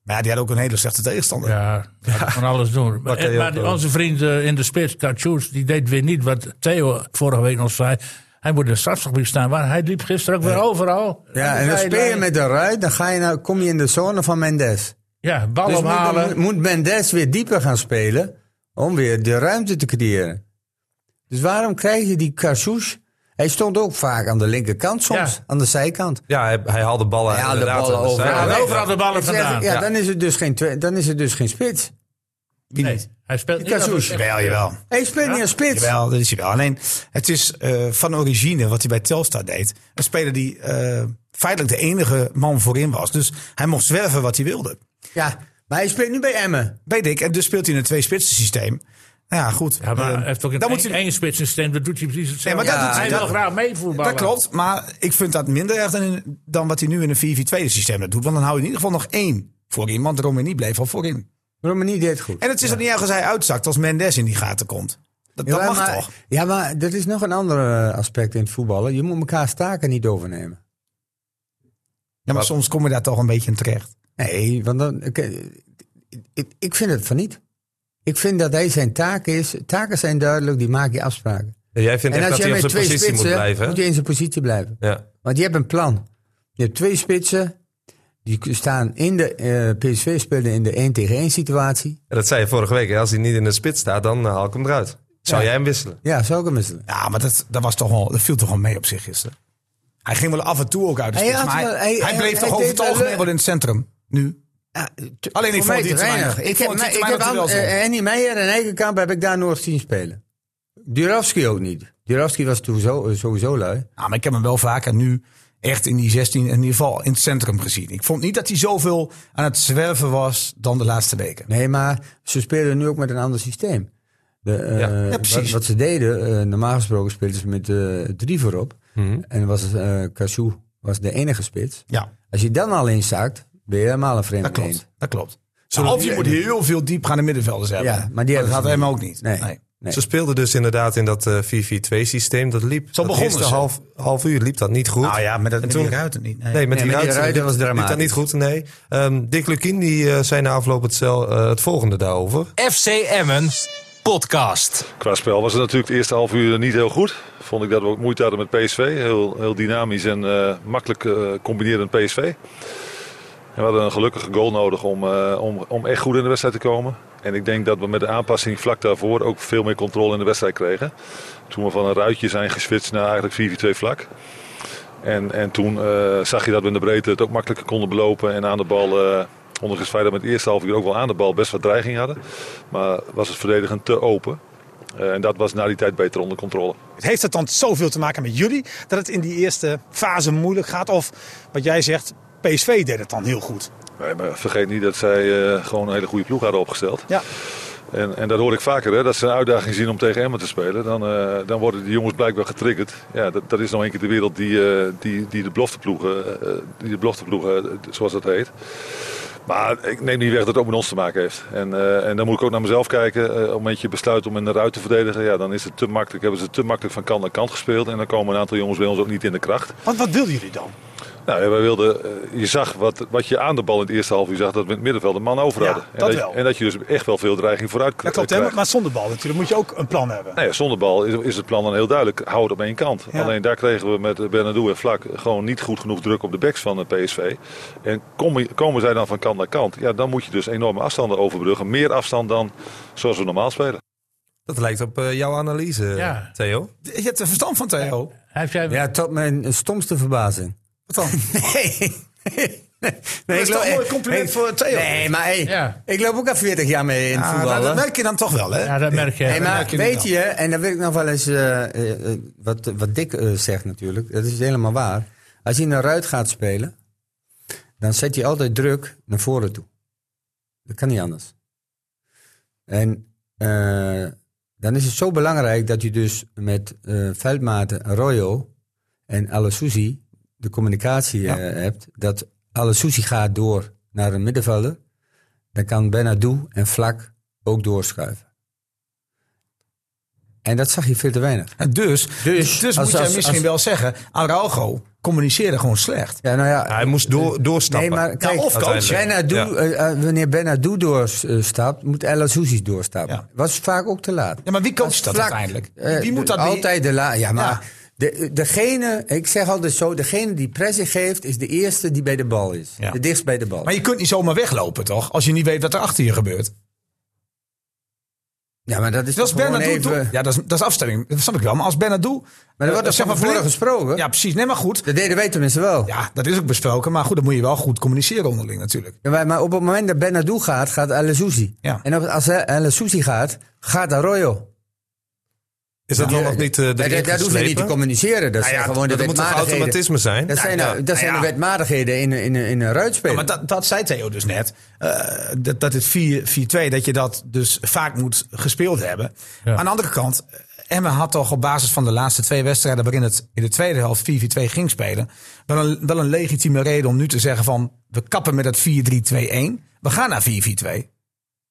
S3: Maar ja, die had ook een hele slechte tegenstander.
S2: Ja, hij kan van alles doen. Maar,
S1: kan je
S2: maar
S1: ook
S2: die-
S1: doen.
S2: onze vriend eh, in de spits, Katsjoes, die deed weer niet wat Theo vorige week nog zei. Hij moet in de stadsgebied staan, maar hij liep gisteren ook weer overal. eh,
S5: ja,
S2: Aan
S5: en
S2: de
S5: dan speel je
S2: zijlijn.
S5: met de ruit, dan ga je nou, kom je in de zone van Mendes.
S2: Ja, bal
S5: Dus moet,
S2: ophalen.
S5: dan moet Mendes weer dieper gaan spelen om weer de ruimte te creëren. Dus waarom krijg je die Karsouche? Hij stond ook vaak aan de linkerkant soms,
S2: Ja.
S5: aan de zijkant.
S1: ja, hij, hij haalde ballen
S5: Hij haalde
S1: inderdaad
S5: ballen
S1: aan de
S5: overal
S1: zijlijn.
S2: Hij had
S5: weg.
S2: overal de ballen
S5: Ik zeg,
S2: vandaan.
S5: ja, Dan, is het dus geen twe- dan is het dus geen spits.
S2: Nee, hij speelt niet
S5: Katsjoes.
S2: als een-
S3: Jawel, jawel.
S5: Hij speelt niet als spits.
S3: Jawel, dat is hij wel. Alleen, het is eh, van origine wat hij bij Telstar deed. Een speler die eh, feitelijk de enige man voorin was. Dus hij mocht zwerven wat hij wilde.
S5: Ja, maar hij speelt nu bij Emmen.
S3: Weet ik. En dus speelt hij in een twee-spitsen systeem. Nou ja, goed.
S2: Ja, maar
S3: Eh,
S2: hij heeft ook een
S3: dan
S2: één,
S3: moet hij-
S2: één spitsensysteem, dat doet hij precies hetzelfde.
S3: Nee, maar dat
S5: doet
S2: hij
S5: hij-
S2: wil
S5: dat-
S2: graag meevoetballen.
S3: dat klopt, maar ik vind dat minder erg dan, in- dan wat hij nu in een 4-4-2 systeem dat doet. Want dan hou je in ieder geval nog één voorin. Want Romani bleef al voorin.
S5: Romani deed goed.
S3: En het is ook niet erg als hij uitzakt als Mendes in die gaten komt. Dat, dat
S5: Ja,
S3: mag
S5: maar,
S3: toch?
S5: Ja, maar dat is nog een ander eh, aspect in het voetballen. Je moet elkaar staken niet overnemen.
S3: Ja, maar soms kom je daar toch een beetje in terecht.
S5: Nee, want dan, ik, eh, ik, ik vind het van niet. Ik vind dat hij zijn taak is. Taken zijn duidelijk, die maak je afspraken.
S1: Jij vindt
S5: En
S1: echt
S5: als
S1: dat
S5: jij
S1: hij op
S5: met
S1: zijn
S5: twee
S1: positie
S5: spitsen
S1: moet blijven, hè?
S5: moet je in zijn positie blijven.
S1: Ja.
S5: Want je hebt een plan. Je hebt twee spitsen. Die k- staan in de eh, PSV speelde in de 1 tegen 1 situatie.
S1: Ja, Dat zei je vorige week. hè. Als hij niet in de spits staat, dan eh, haal ik hem eruit. Zou jij hem wisselen?
S5: Ja, zou ik hem wisselen.
S3: Ja, maar dat, dat, was toch wel, dat viel toch wel mee op zich gisteren. Hij ging wel af en toe ook uit de
S5: Hij
S3: spits,
S5: had
S3: maar hij,
S5: wel- hij-
S3: hij
S5: hij-
S3: bleef
S5: hij
S3: toch over
S5: deed
S3: het
S5: wel
S3: algemeen
S5: leuk.
S3: wel in het centrum nu.
S5: Ja, t-
S3: Alleen ik
S5: voor
S3: vond
S5: mij
S3: die
S5: te
S3: te weinig.
S5: weinig.
S3: Ik
S5: Ik
S3: vond
S5: heb,
S3: die
S5: mij-
S3: te
S5: ik heb
S3: weinig
S5: aan,
S3: duels om.
S5: eh, Annie Meijer en Eikenkamp heb ik daar nooit zien spelen. Durovski ook niet. Durovski was toen zo, eh, sowieso lui.
S3: Nou, maar ik heb hem wel vaker nu echt in die 16 in ieder geval in het centrum gezien. Ik vond niet dat hij zoveel aan het zwerven was dan de laatste weken.
S5: Nee, maar ze spelen nu ook met een ander systeem. De, eh,
S1: Ja.
S3: Ja, precies.
S5: wat, wat ze deden, eh, normaal gesproken speelden ze met eh, drie voorop.
S3: Mhm.
S5: En dan was eh Kassou was de enige spits.
S3: Ja,
S5: Als je dan al instakt, ben je helemaal een vreemde
S3: dat klopt.
S5: eend.
S3: Dat klopt.
S5: Zullen
S3: of
S5: we-
S3: je moet heel veel diepgaande middenvelders hebben.
S5: Ja, maar die
S3: Oh, dat
S5: hebben
S3: had
S5: ze
S3: hem
S5: niet.
S3: ook niet.
S5: Nee.
S3: Nee.
S5: Nee.
S1: Ze speelden dus inderdaad in dat eh, 4-4-2-systeem. Dat liep. dat
S3: begonnen
S1: eerste
S3: ze.
S1: half, half uur liep dat niet goed.
S3: Nou ja, maar dat
S1: En
S3: en
S1: toen-
S3: die ruiten niet. Nee.
S1: Nee, met die
S5: met die
S1: ruiten
S5: ruiten was
S1: liep dat
S5: dramatisch.
S1: niet goed, nee. Ehm, Dick Lukien die, eh, zei na afloop het, cel, eh, het volgende daarover.
S4: FC Emmen podcast.
S6: Qua spel was het natuurlijk het eerste half uur niet heel goed. Vond ik dat we ook moeite hadden met PSV. Heel, heel dynamisch en eh, makkelijk eh combinerend PSV. En we hadden een gelukkige goal nodig om, eh, om, om echt goed in de wedstrijd te komen. En ik denk dat we met de aanpassing vlak daarvoor ook veel meer controle in de wedstrijd kregen. Toen we van een ruitje zijn geswitcht naar eigenlijk 4-4-2 vlak. En, en toen eh, zag je dat we in de breedte het ook makkelijker konden belopen. En aan de bal, eh ondanks het feit dat we in het eerste half uur ook wel aan de bal best wat dreiging hadden. Maar was het verdedigend te open. Eh, en dat was na die tijd beter onder controle.
S7: Heeft het dan zoveel te maken met jullie dat het in die eerste fase moeilijk gaat? Of wat jij zegt, PSV deed het dan heel goed.
S6: Nee, maar vergeet niet dat zij eh, gewoon een hele goede ploeg hadden opgesteld.
S7: Ja.
S6: En, en dat hoor ik vaker, hè, dat ze een uitdaging zien om tegen Emmen te spelen. Dan, eh, dan worden die jongens blijkbaar getriggerd. Ja, dat, dat is nog een keer de wereld die, eh, die, die de belofteploegen, eh, die de belofteploegen eh, zoals dat heet. Maar ik neem niet weg dat het ook met ons te maken heeft. En, eh, en dan moet ik ook naar mezelf kijken. Eh, op het moment dat je besluit om in de ruit te verdedigen, ja, dan is het te makkelijk. Hebben ze te makkelijk van kant naar kant gespeeld. En dan komen een aantal jongens bij ons ook niet in de kracht.
S7: Want wat wilden jullie dan?
S6: Nou, ja, wij wilden, eh, je zag wat, wat je aan de bal in het eerste half uur zag, dat we in het middenveld een man over
S7: Ja,
S6: hadden. en,
S7: dat
S6: je-
S7: wel.
S6: en dat je dus echt wel veel dreiging vooruit
S7: Dat klopt, hè?
S6: krijgt.
S7: Maar- maar zonder bal natuurlijk moet je ook een plan hebben.
S6: Nou ja, zonder bal is, is het plan dan heel duidelijk. Hou het op één kant.
S7: Ja.
S6: Alleen daar kregen we met Bernardo en Vlak gewoon niet goed genoeg druk op de backs van eh, de PSV. En komen, komen zij dan van kant naar kant, ja, dan moet je dus enorme afstanden overbruggen. Meer afstand dan zoals we normaal spelen.
S1: Dat lijkt op eh, jouw analyse,
S2: Ja.
S1: Theo.
S3: Je hebt er verstand van, Theo.
S2: Heb jij,
S5: Ja, tot mijn stomste verbazing.
S3: Wat dan?
S5: Nee. nee.
S3: is
S5: ik
S3: toch
S5: loop-
S3: een mooi compliment
S5: ik-
S3: voor Theo?
S5: Nee, maar hey,
S2: Ja.
S5: ik loop ook al 40 jaar mee in het
S3: Ah,
S5: voetbal.
S3: dat, dat
S5: hoor.
S3: merk je dan toch wel, hè?
S2: ja, dat merk je.
S5: Hey, maar
S3: merk je
S5: weet
S3: wel.
S5: je, en dat wil ik nog wel eens, eh, eh, eh, wat, wat Dick eh, zegt natuurlijk, dat is helemaal waar. Als je naar Ruit gaat spelen, dan zet je altijd druk naar voren toe. Dat kan niet anders. En eh, dan is het zo belangrijk dat je dus met eh veldmaten Arroyo en Alasouzi de communicatie eh, hebt. Dat Alasouzi gaat door naar een middenvelder. Dan kan Benadou en Vlak ook doorschuiven. En dat zag je veel te weinig.
S3: En Dus, dus,
S5: als-
S3: moet
S5: als-
S3: je misschien
S5: als-
S3: wel zeggen, Araujo communiceerde gewoon slecht.
S5: Ja, nou ja,
S1: Hij moest door, doorstappen.
S5: Nee, maar kijk,
S3: of coach.
S5: Benadou,
S1: Ja.
S5: eh, eh, wanneer Benadou doorstapt, eh, moet El Azouzi doorstappen.
S3: Ja.
S5: Was vaak ook te laat.
S3: Ja, maar wie coacht
S5: Als
S3: dat
S5: vlak,
S3: uiteindelijk?
S5: eh,
S3: Wie moet dat die-
S5: Altijd de la. Ja, maar
S3: Ja.
S5: De, degene, ik zeg altijd zo, degene die pressing geeft, is de eerste die bij de bal is.
S3: Ja.
S5: De dichtst bij de bal.
S3: Maar je kunt niet zomaar weglopen, toch? Als je niet weet wat er achter je gebeurt.
S5: ja, maar dat is,
S3: Dus als
S5: toch gewoon
S3: Bernardo...
S5: even-
S3: Ja, dat is, dat is afstelling. Dat snap ik wel. Maar als Bernardo...
S5: Maar er wordt
S3: eh,
S5: toch zeg maar
S3: blind-
S5: gesproken?
S3: Ja, precies. Nee, maar goed.
S5: Dat deden wij tenminste wel.
S3: Ja, dat is ook besproken. Maar goed, dan moet je wel goed communiceren onderling natuurlijk.
S5: Ja, maar- maar op het moment dat Benadou gaat, gaat El Azouzi.
S3: Ja.
S5: En als El- El Azouzi gaat, gaat Arroyo.
S1: Is dat dan nog niet eh de Nou
S5: Daar, daar hoeven we niet te communiceren. Dat zijn gewoon de
S1: Dat moet toch
S5: wetmatigheden.
S1: automatisme zijn?
S5: Dat zijn,
S3: ja.
S5: nou- dat
S3: Nou
S5: zijn
S3: ja.
S5: de wetmatigheden in, in, in een
S1: Nou,
S5: ruitspeler.
S3: Ja, maar dat, dat zei Theo dus net. eh, dat, dat het 4-4-2, dat je dat dus vaak moet gespeeld hebben.
S2: Ja.
S3: Aan de andere kant, Emma had toch op basis van de laatste twee wedstrijden... waarin het in de tweede helft 4-4-2 ging spelen... Wel een, wel een legitieme reden om nu te zeggen van... we kappen met dat 4-3-2-1, we gaan naar 4-4-2.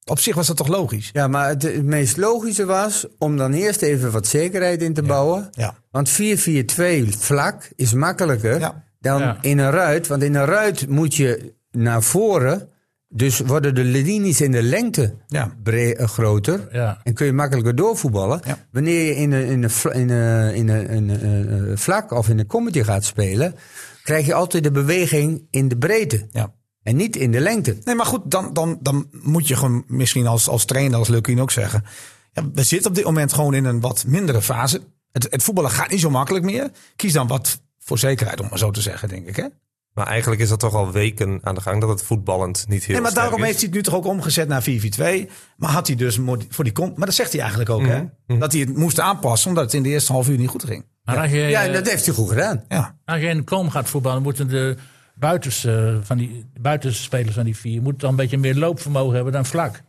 S3: Op zich was dat toch logisch?
S5: Ja, maar het, het meest logische was om dan eerst even wat zekerheid in te bouwen.
S3: Ja.
S5: Want 4-4-2 vlak is makkelijker
S3: Ja.
S5: dan
S2: Ja.
S5: in een ruit. Want in een ruit moet je naar voren. Dus worden de linies in de lengte
S3: Ja.
S5: bre- eh, groter.
S2: Ja.
S5: En kun je makkelijker doorvoetballen.
S3: Ja.
S5: Wanneer je in een, in een, vla- in een, in een, in een, eh, eh, vlak of in een kommetje gaat spelen. krijg je altijd de beweging in de breedte.
S3: Ja.
S5: En niet in de lengte.
S3: Nee, maar goed, dan, dan, dan moet je gewoon misschien als, als trainer, als Lukien ook zeggen. Ja, we zitten op dit moment gewoon in een wat mindere fase. Het, het voetballen gaat niet zo makkelijk meer. Kies dan wat voor zekerheid, om maar zo te zeggen, denk ik. Hè?
S1: Maar eigenlijk is dat toch al weken aan de gang dat het voetballend niet heel
S3: Nee, maar
S1: sterk
S3: daarom
S1: is.
S3: heeft hij het nu toch ook omgezet naar 4-4-2. Maar had hij dus mo- voor die kom. Maar dat zegt hij eigenlijk ook, hè? Dat hij het moest aanpassen, omdat het in de eerste half uur niet goed ging.
S2: maar als je,
S5: Ja,
S2: eh,
S5: en dat heeft hij goed gedaan.
S3: Ja,
S2: Als je in de kom gaat voetballen, moeten de buitens, eh, van die, de buitenspelers van die vier moet dan een beetje meer loopvermogen hebben dan vlak.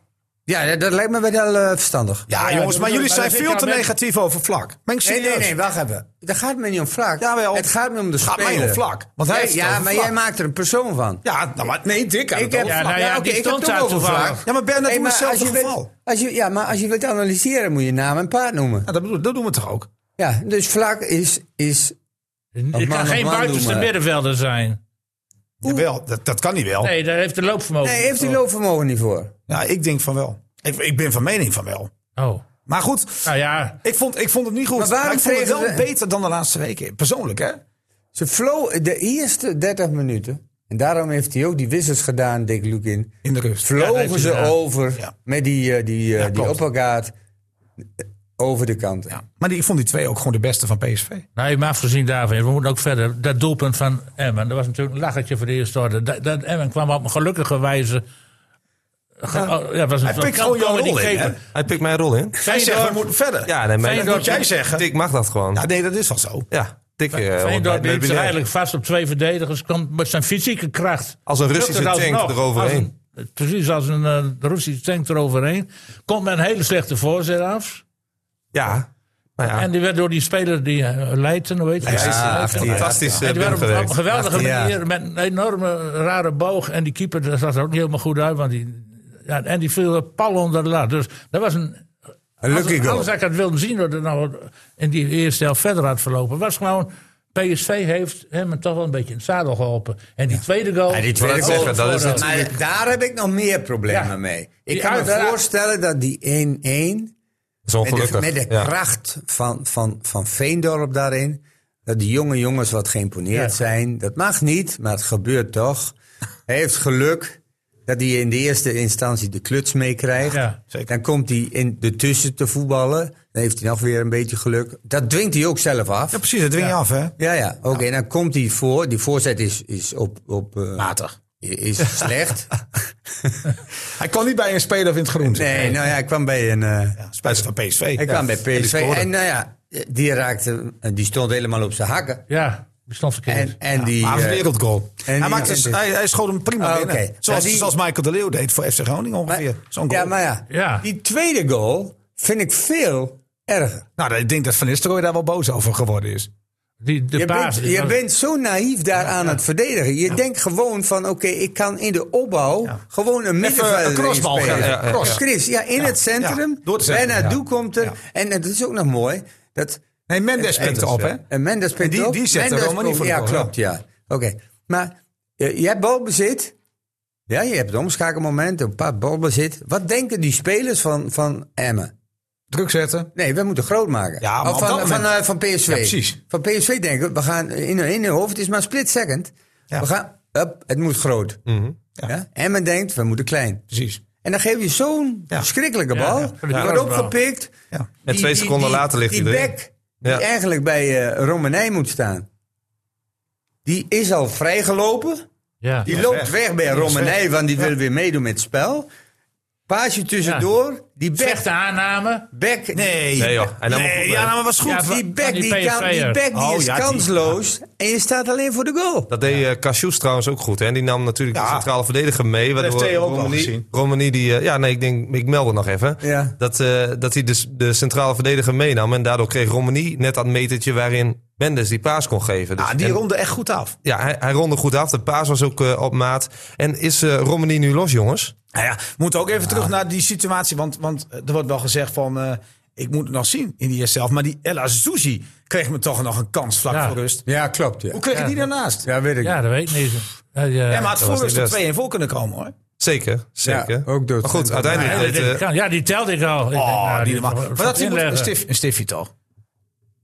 S5: Ja, dat- dat lijkt me wel heel eh, verstandig.
S3: ja,
S2: Ja,
S3: jongens,
S2: dat bedoel
S3: maar jullie
S2: ik, maar
S3: zijn
S2: dat
S3: veel
S2: vind
S3: te
S2: ik nou net-
S3: negatief over vlak. Ben ik
S5: Nee, nee,
S3: serieus?
S5: nee, wacht even. Dat gaat me niet om vlak.
S3: Jawel.
S5: Het gaat me om de
S3: Het gaat
S5: speler.
S3: mij om vlak, want hij
S5: Nee,
S3: heeft het
S5: ja,
S3: over
S5: maar
S3: vlak.
S5: jij maakt er een persoon van.
S3: Ja, nou, maar, nee, dik aan
S5: Ik
S3: het
S5: heb,
S3: over
S2: Ja,
S3: vlak.
S2: nou ja,
S5: oké,
S2: die
S5: ik heb
S2: stond
S5: het ook
S2: daar
S5: over
S2: toevallig.
S5: vlak.
S3: Ja, maar Bernard,
S5: Nee,
S3: doe hetzelfde
S5: als je
S3: geval.
S5: wilt- als je, ja, maar als je wilt analyseren moet je naam en paard noemen.
S3: Ja, dat, bedoel, dat doen we toch ook?
S5: Ja, dus vlak is... is
S2: Het
S5: man,
S2: kan
S5: dat
S2: geen
S5: man
S2: buitenste
S5: doen, maar-
S2: middenvelder zijn.
S3: Jawel, dat, dat kan niet wel.
S2: Nee, daar heeft de loopvermogen.
S5: nee,
S3: oh.
S5: heeft hij loopvermogen niet voor.
S3: Ja, ik denk van wel. Ik, ik ben van mening van wel.
S2: Oh,
S3: Maar goed,
S2: nou ja.
S3: ik vond, ik vond het niet goed.
S5: Maar waarom
S3: ik vond het wel
S5: kregen ze-
S3: beter dan de laatste weken. Persoonlijk, hè?
S5: Ze flow de eerste 30 minuten. En daarom heeft hij ook die wissels gedaan, Dick Lukin.
S3: In de rust.
S2: dat
S5: Vlogen
S2: heeft hij
S5: ze
S2: gedaan.
S5: over
S3: Ja.
S5: met die, eh, die, eh, die
S3: klopt.
S5: oppergaard over de kant.
S3: Ja. Maar die, ik vond die twee ook gewoon de beste van PSV.
S2: Nee, maar afgezien daarvan, we moeten ook verder. Dat doelpunt van Emmen, dat was natuurlijk een lachertje voor de eerste orde. Dat, dat Emmen kwam op een gelukkige wijze... Ge, ja. Oh, ja, het was een,
S3: Hij pikt gewoon jouw rol in, hè?
S1: Hij pikt mijn rol in.
S3: Hij zegt, we
S2: Veendorp,
S3: moeten verder.
S1: Ja, nee, maar
S2: Feyenoord-
S1: dat-
S3: jij zeggen.
S1: Dick mag dat gewoon.
S3: Ja,
S1: Ja,
S3: nee, dat is wel zo.
S1: Dick eh, hoort bij het
S2: Veendorp liep zich
S1: meubilair.
S2: eigenlijk vast op twee verdedigers. Komt met zijn fysieke kracht.
S1: Als een
S2: Drukt
S1: Russische
S2: het alsnog,
S1: tank eroverheen.
S2: als een- precies als een eh, Russische tank eroverheen. Komt met een hele slechte voorzet af.
S1: Ja. Nou ja,
S2: En die werd door die speler die eh, Leijten, hoe heet hij?
S5: Leijten, ja.
S1: fantastisch eh,
S2: En die werd op een
S1: binnengewerkt.
S2: geweldige
S5: Ja.
S2: manier met een enorme rare boog. En die keeper daar zag er ook niet helemaal goed uit. Want die, ja, en die viel pal onder de lat. Dus dat was een...
S5: Een lucky
S2: als,
S5: goal.
S2: als ik het wilde zien dat het nou in die eerste helft verder had verlopen. was gewoon PSV heeft hem toch wel een beetje in het zadel geholpen. En die tweede goal... Oh,
S5: Ja, die tweede
S1: wou net
S5: goal,
S1: zeggen, dat is
S5: voor-
S1: natuurlijk-
S5: maar daar heb ik nog meer problemen
S2: Ja.
S5: mee. Ik
S2: Die
S5: kan me
S2: uiteraard-
S5: voorstellen dat die 1-1
S1: is ongelukkig.
S5: met de, met de
S1: Ja.
S5: kracht van, van, van Veendorp daarin. Dat die jonge jongens wat geïmponeerd
S2: Ja.
S5: zijn. Dat mag niet, maar het gebeurt toch. Hij heeft geluk dat hij in de eerste instantie de kluts meekrijgt.
S2: Ja,
S5: Dan komt hij in de tussen te voetballen. Dan heeft hij nog weer een beetje geluk. Dat dwingt hij ook zelf af.
S3: Ja, precies, dat dwing je af, hè?
S5: Ja, ja. Oké, en dan komt hij voor. Die voorzet is, is op... op eh,
S3: Matig.
S5: Is slecht.
S3: Hij kwam niet bij een speler in het groen. zitten.
S5: Nee, nou ja, hij kwam bij een... eh,
S3: Spijt van PSV.
S5: hij kwam bij
S1: die
S5: PSV. En,
S1: scoorde.
S5: nou ja, die raakte... eh, Die stond helemaal op zijn hakken.
S2: ja die stond verkeerd.
S5: En, en die...
S3: maar hij was
S5: eh,
S3: een wereldgoal. Hij,
S5: die-
S3: maakte,
S5: en-
S3: hij, hij schoot hem prima
S5: Ah,
S3: binnen.
S5: oké.
S3: Zoals,
S5: Nou, die-
S3: zoals Michael de Leeuw deed voor FC Groningen
S5: maar-
S3: ongeveer. Zo'n goal.
S5: Ja, maar ja.
S2: Ja.
S5: Die tweede goal vind ik veel erger.
S3: Nou, ik denk dat Van Nistelrooy daar wel boos over geworden is.
S2: die, de
S5: Je,
S2: baas,
S5: bent, je
S2: dat-
S5: bent zo naïef daar aan het verdedigen. Je denkt gewoon van, oké, ik kan in de opbouw gewoon een middenvelder
S3: een crossbal
S5: inspelen.
S3: geven. Ja, ja,
S5: Cross. Chris, ja, in het centrum.
S3: Ja, door het centrum,
S5: en
S3: ja.
S5: Nadoe komt er.
S3: Ja.
S5: En het is ook nog mooi dat...
S3: Nee, Mendes
S5: Mendes,
S3: pikt op, hè?
S5: ja. En Mendes pikt
S3: die-
S5: op.
S3: die zette
S5: Mendes
S3: Romani voor de
S5: Ja,
S3: goal,
S5: klopt, ja. Oké, maar eh, je hebt balbezit. Ja, je hebt het omschakelmoment, een paar balbezit. Wat denken die spelers van, van Emmen?
S3: Druk zetten.
S5: Nee, we moeten groot maken.
S3: Ja, maar
S5: Of
S3: op
S5: van,
S3: dat
S5: van,
S3: moment-
S5: eh, van PSV.
S3: Ja, precies.
S5: Van PSV denken, we gaan in, in hun hoofd, het is maar een split second.
S3: Ja.
S5: We gaan, up, het moet groot. ja. En men denkt, we moeten klein.
S3: Precies.
S5: En dan geef je zo'n
S3: Ja.
S5: verschrikkelijke
S2: Ja,
S5: bal.
S2: ja.
S5: Die
S2: Ja.
S5: wordt opgepikt.
S3: Ja. En
S5: Die-
S1: twee
S5: die-
S1: seconden
S5: die-
S1: later ligt
S5: die
S1: hij erin.
S5: back, die
S1: Ja.
S5: eigenlijk bij eh Romanij moet staan. Die is al vrijgelopen.
S2: ja.
S5: Die loopt weg, bij Romanij, want die wil weer meedoen met het spel. Paasje tussendoor. Die back,
S2: Slechte aanname.
S5: back
S3: Nee.
S1: Nee, joh. Hij nam hem goed
S3: nee,
S1: mee.
S3: ja, nou, maar was goed.
S2: Ja,
S5: die
S2: van
S5: back,
S2: die
S5: die kan- die
S2: PSV'er.
S5: back die
S3: Oh,
S5: is
S3: ja, die-
S5: kansloos. En je staat alleen voor de goal.
S1: Dat deed eh Cassius trouwens ook goed. Hè? En die nam natuurlijk de
S3: Ja.
S1: centrale verdediger mee. Waardoor
S3: heeft Theo ook al
S1: Romani-
S3: gezien.
S1: Romani die... eh, ja, nee, ik denk... Ik meld het nog even.
S5: Ja.
S1: Dat, eh, dat hij de, de centrale verdediger meenam. En daardoor kreeg Romani net dat metertje waarin Mendes die paas kon geven. Dus-
S3: Ah, die
S1: en-
S3: ronde echt goed af.
S1: ja, hij, hij ronde goed af. De paas was ook eh, op maat. En is eh Romani nu los, jongens?
S3: Nou ja, we moeten ook even terug naar die situatie. Want, want er wordt wel gezegd van... eh, ik moet het nog zien in die eerste helft. Maar die Ella Zuzi kreeg me toch nog een kans vlak
S2: Ja.
S3: voor rust.
S5: Ja, klopt. Ja,
S3: Hoe kreeg je die daarnaast? Ja, weet ik
S2: Ja, dat weet ik niet. Ja, ja.
S3: Ja, maar het voor
S1: was niet
S3: rust
S1: best.
S3: er 2-1 voor kunnen komen, hoor.
S1: Zeker, zeker.
S5: ook door het
S1: maar goed,
S5: centrum.
S1: uiteindelijk...
S2: Ja,
S1: deed,
S2: dat denk ik
S1: eh,
S2: kan. ja, die telde ik al. Ik denk,
S3: Oh,
S2: nou,
S3: die
S2: die
S3: normaal.
S2: moet-
S3: Maar dat
S2: moet
S3: die moet een,
S2: inleggen.
S3: stif, een stiftje toch?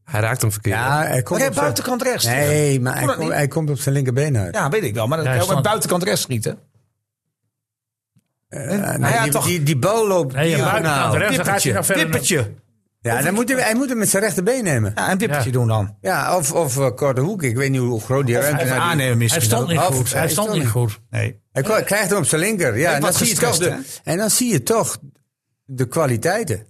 S1: hij raakt hem verkeerd.
S5: Ja, hij
S3: Maar
S5: komt
S3: hij
S5: op zijn...
S3: buitenkant rechts.
S5: Nee, maar hij,
S3: Kon dat
S5: komt-
S3: niet?
S5: hij komt op zijn linkerbeen uit.
S3: Ja, weet ik wel. Maar dat
S2: Ja,
S3: kan je ook
S2: stand.
S3: met buitenkant rechts schieten.
S5: Eh, nee,
S3: ja,
S5: die,
S3: toch.
S5: Die, die bal loopt
S2: Nee, ja, buitenkant
S5: diagonaal.
S2: rechts, dan gaat hij nog verder.
S3: Tippertje.
S5: Ja, dan moet hij, hij moet hem met zijn rechterbeen nemen.
S3: Ja, een tippertje
S2: Ja.
S3: doen dan.
S5: Ja, of, of eh, korte hoek. Ik weet niet hoe groot die ruimte...
S3: Even
S5: naar die-
S3: aannemen
S2: Hij
S3: misschien.
S2: stond niet
S5: Of-
S2: goed.
S5: hij
S2: Hij stond
S5: stond
S2: niet goed.
S3: Nee.
S5: Hij kwa- krijgt hem op zijn linker. Ja, en dan,
S3: was
S5: zie je toch
S3: gestrest,
S5: de, en dan zie je toch de kwaliteiten.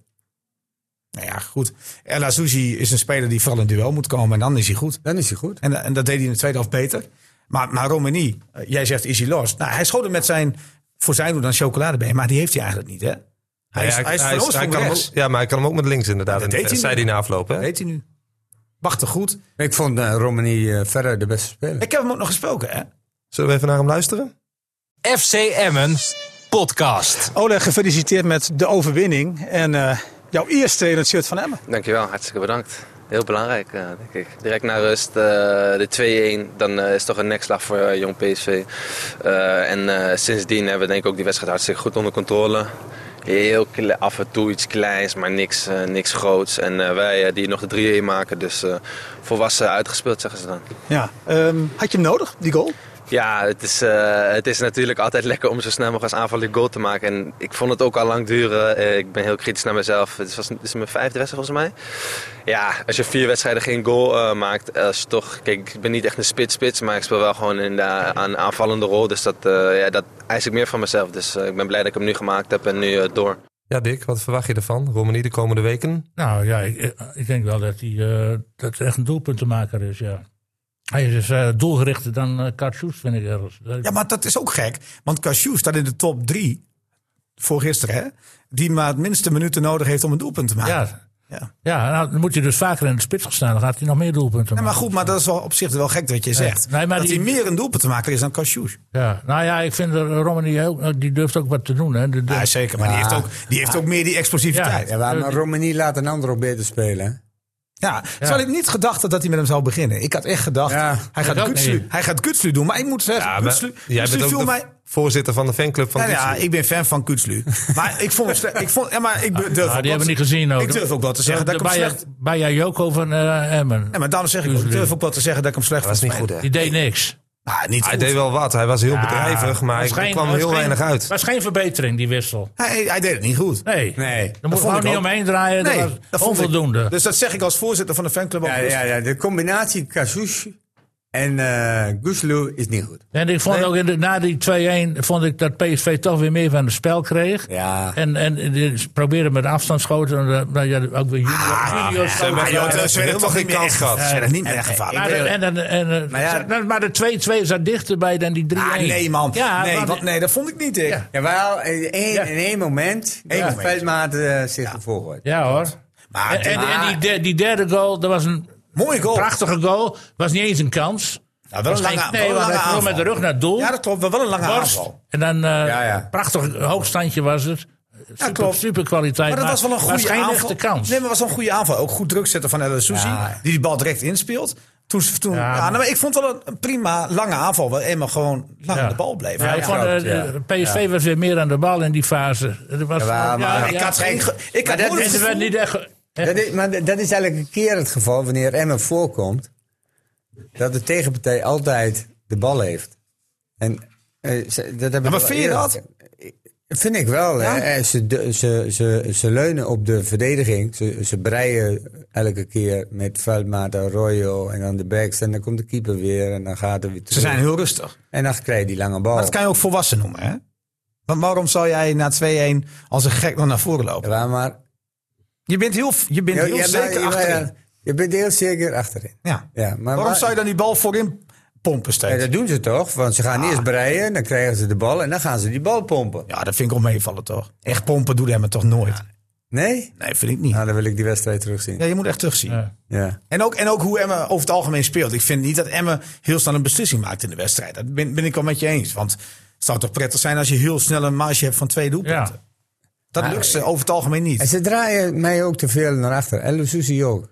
S3: Nou ja, goed. El Azouzi is een speler die vooral in duel moet komen. En dan is hij goed.
S5: Dan is hij goed.
S3: En, en dat deed hij in de tweede helft beter. Maar, maar Romani, eh, jij zegt is hij los. Nou, hij schoot hem met zijn, voor zijn doen dan chocoladebeen. Maar die heeft hij eigenlijk niet, hè? Hij is,
S1: Ja,
S3: hij is van ons
S1: hij
S3: voor
S1: kan hem
S3: rechts.
S1: ook- Ja, maar hij kan hem ook met links inderdaad.
S3: Ja, dat
S1: En
S3: deed hij
S1: zei hij
S3: niet.
S1: na afloop, hè?
S3: Dat weet hij nu. Wachtte goed.
S5: Ik vond eh Romani eh, verder de beste speler.
S3: Ik heb hem ook nog gesproken, hè?
S1: Zullen we even naar hem luisteren?
S4: FC Emmen podcast.
S7: Oleg, gefeliciteerd met de overwinning. En eh, jouw eerste in het shirt van Emmen.
S8: Dankjewel, hartstikke bedankt. Heel belangrijk, eh, denk ik. Direct na rust, eh, de 2-1, dan eh, is toch een nekslag voor eh, jong PSV. Eh, en eh, sindsdien hebben we denk ik ook die wedstrijd hartstikke goed onder controle. Heel kle- af en toe iets kleins, maar niks, eh, niks groots. En eh, wij eh, die nog de 3-1 maken, dus eh, volwassen uitgespeeld zeggen ze dan.
S7: Ja. ehm, had je hem nodig, die goal?
S8: Ja, het is, eh, het is natuurlijk altijd lekker om zo snel mogelijk als aanvaller goal te maken. En ik vond het ook al lang duren. Eh, ik ben heel kritisch naar mezelf. Het, was, het is mijn vijfde wedstrijd volgens mij. Ja, als je vier wedstrijden geen goal eh, maakt. Als je toch, kijk, ik ben niet echt een spits-spits, maar ik speel wel gewoon in de, aan een aanvallende rol. Dus dat, eh, ja, dat eis ik meer van mezelf. Dus eh, ik ben blij dat ik hem nu gemaakt heb en nu eh, door.
S1: Ja, Dick, wat verwacht je ervan? Romani de komende weken?
S2: Nou ja, ik, ik denk wel dat hij eh, dat het echt een doelpuntenmaker is, ja. Hij is eh, doelgerichter dan eh Kartjoes, vind ik ergens.
S3: Ja, maar dat is ook gek. Want Cashew staat in de top drie voor gisteren, hè? Die maar het minste minuten nodig heeft om een doelpunt te maken. Ja.
S2: ja. ja nou, dan moet je dus vaker in de spits gaan staan. Dan gaat hij nog meer doelpunten
S3: maar
S2: maken.
S3: goed, maar dat is wel op zich wel gek dat je zegt.
S2: Nee, maar
S3: dat
S2: die-
S3: hij meer een doelpunt te maken is dan Cashew.
S2: Ja. Nou ja, ik vind dat Romani heel, die durft ook wat te doen. Hè. De- de-
S3: Ja, zeker. Maar die heeft ook, die heeft ook meer die explosiviteit.
S2: Ja.
S5: Ja, maar Romani laat een ander ook beter spelen. hè?
S3: Ja, terwijl ik niet gedacht had dat hij met hem zou beginnen. Ik had echt gedacht,
S2: Ja,
S3: hij, gaat
S2: dat
S3: Kutslu,
S2: niet.
S3: hij gaat Kutslu doen. Maar ik moet zeggen,
S1: Ja, maar
S3: Kutslu,
S1: jij
S3: Kutslu
S1: bent
S3: viel
S1: ook de
S3: mij...
S1: voorzitter van de fanclub van
S3: Nou ja,
S1: Kutslu.
S3: ik ben fan van Kutslu. maar ik vond... hem sle- Ik vond ja, maar ik be- durf ook
S2: Ah, die
S3: wel
S2: hebben we
S3: te-
S2: niet gezien ook.
S3: Ik durf ook wel te zeggen dat ik hem slecht...
S2: Bij Joko van eh, Emmen.
S3: Ja, maar daarom zeg ik, ook, ik durf ook wel te zeggen dat ik hem slecht
S1: Dat is
S3: vond.
S1: niet goed, hè?
S2: Die deed niks.
S3: Ah, niet
S1: Hij
S3: goed.
S1: deed wel wat. Hij was heel bedrijvig, maar
S2: Was
S1: ik
S2: geen-
S1: kwam
S2: was
S1: heel
S2: geen-
S1: weinig uit.
S2: was geen verbetering, die wissel.
S3: Hij, hij deed het niet goed.
S2: Nee.
S5: Nee.
S2: Daar moet
S3: vond
S2: gewoon
S3: ik
S2: niet
S3: ook.
S2: omheen draaien.
S3: Nee,
S2: dat was
S3: vond ik-
S2: onvoldoende.
S3: Dus dat zeg ik als voorzitter van de fanclub. ook. Dus
S5: Ja, ja, ja, de combinatie Kasus en eh Guslu is niet goed.
S2: En ik vond ook in de- na die 2-1 vond ik dat PSV toch weer meer van het spel kreeg.
S5: Ja.
S2: En, en die probeerden met afstandsschoten. En, eh, nou ja, ook weer junior. junior
S3: Ah, joh, het is
S1: helemaal geen kans gehad.
S3: Ze werden niet meer echt gevaarlijk.
S2: Maar de, en, en, en, eh,
S5: Maar ja-
S2: nou, maar de 2-2 zat dichterbij dan die 3-1.
S3: Ah, nee, man.
S2: Ja,
S3: nee,
S2: want-
S3: want- nee, dat vond ik niet. Ik.
S2: Ja.
S5: Jawel, in eh, één, in één moment
S3: Eén
S5: heeft
S3: moment.
S5: Veldmaat eh, zich gevolgd. wordt.
S2: ja hoor.
S3: Maar
S2: En, en, en die, de- die derde goal, dat was een
S3: mooie goal.
S2: prachtige goal. Was niet eens een kans.
S3: Ja, wel een
S2: Was geen-
S3: lange,
S2: nee,
S3: wel een
S2: want
S3: lange
S2: hij viel
S3: aanval.
S2: met de rug naar het doel.
S3: Ja, dat klopt. Wel wel een lange
S2: Borst.
S3: aanval.
S2: En dan eh
S5: Ja, ja.
S2: prachtig hoogstandje was het. Super,
S3: klopt.
S2: super kwaliteit.
S3: Maar dat was wel een goede
S2: geen
S3: aanval.
S2: echte kans.
S3: Nee, maar was wel een goede aanval. Ook goed druk zetten van El Sousi,
S5: Ja.
S3: die die bal direct inspeelt. Toen, toen, ja,
S2: Ja,
S3: nou,
S2: maar-
S3: maar ik vond wel een, een prima lange aanval. Waar Emma gewoon lang
S2: Ja.
S3: aan de bal bleef.
S2: Ja,
S3: Ja,
S2: ik vond, eh,
S5: klopt,
S2: de PSV was weer meer aan de bal in die fase. Er was,
S5: Jawel, maar-
S3: Ik had geen... ge- Ik had
S5: dat
S3: moeilijk
S2: en er werd
S3: gevoel.
S2: niet echt... echt-
S5: Dat is, maar dat dat is eigenlijk een keer het geval wanneer Emmen voorkomt. Dat de tegenpartij altijd de bal heeft. En, eh, ze- dat hebben we
S3: maar
S5: wel
S3: vind je
S5: eerder-
S3: dat?
S5: Vind ik wel. hè. Eh, Ze, de- ze, ze, ze leunen op de verdediging. Ze, ze breien elke keer met Veldmaat, Arroyo en dan de backs. En dan komt de keeper weer en dan gaat er weer
S3: Ze
S5: terug.
S3: zijn heel rustig.
S5: En dan krijg je die lange bal.
S3: Maar dat kan je ook volwassen noemen, hè? Want waarom zou jij na 2-1 als een gek nog naar voren lopen?
S5: Ja, maar,
S3: Je bent heel, je bent
S5: Ja,
S3: heel
S5: ja, maar-
S3: zeker
S5: ja, maar-
S3: achterin.
S5: Je bent heel zeker achterin.
S3: Ja.
S5: Ja, maar
S3: Waarom
S5: waar-
S3: zou je dan die bal voorin pompen
S5: Ja,
S3: steeds?
S5: dat doen ze toch? Want ze gaan
S3: Ah.
S5: eerst breien, dan krijgen ze de bal en dan gaan ze die bal pompen.
S3: Ja, dat vind ik wel meevallen toch? Echt pompen doet Emmen toch nooit?
S5: Nee?
S3: Nee, vind ik niet.
S5: Nou, dan wil ik die wedstrijd terugzien.
S3: Ja, je moet echt terugzien.
S2: Ja.
S5: Ja.
S3: En, ook, en ook hoe Emmen over het algemeen speelt. Ik vind niet dat Emmen heel snel een beslissing maakt in de wedstrijd. Dat ben, ben ik wel met je eens. Want het zou toch prettig zijn als je heel snel een marge hebt van twee doelpunten.
S2: eh, Ja.
S3: Dat lukt ze over het algemeen
S5: En
S3: niet.
S5: ze draaien mij ook te veel naar achter. En Lususi ook.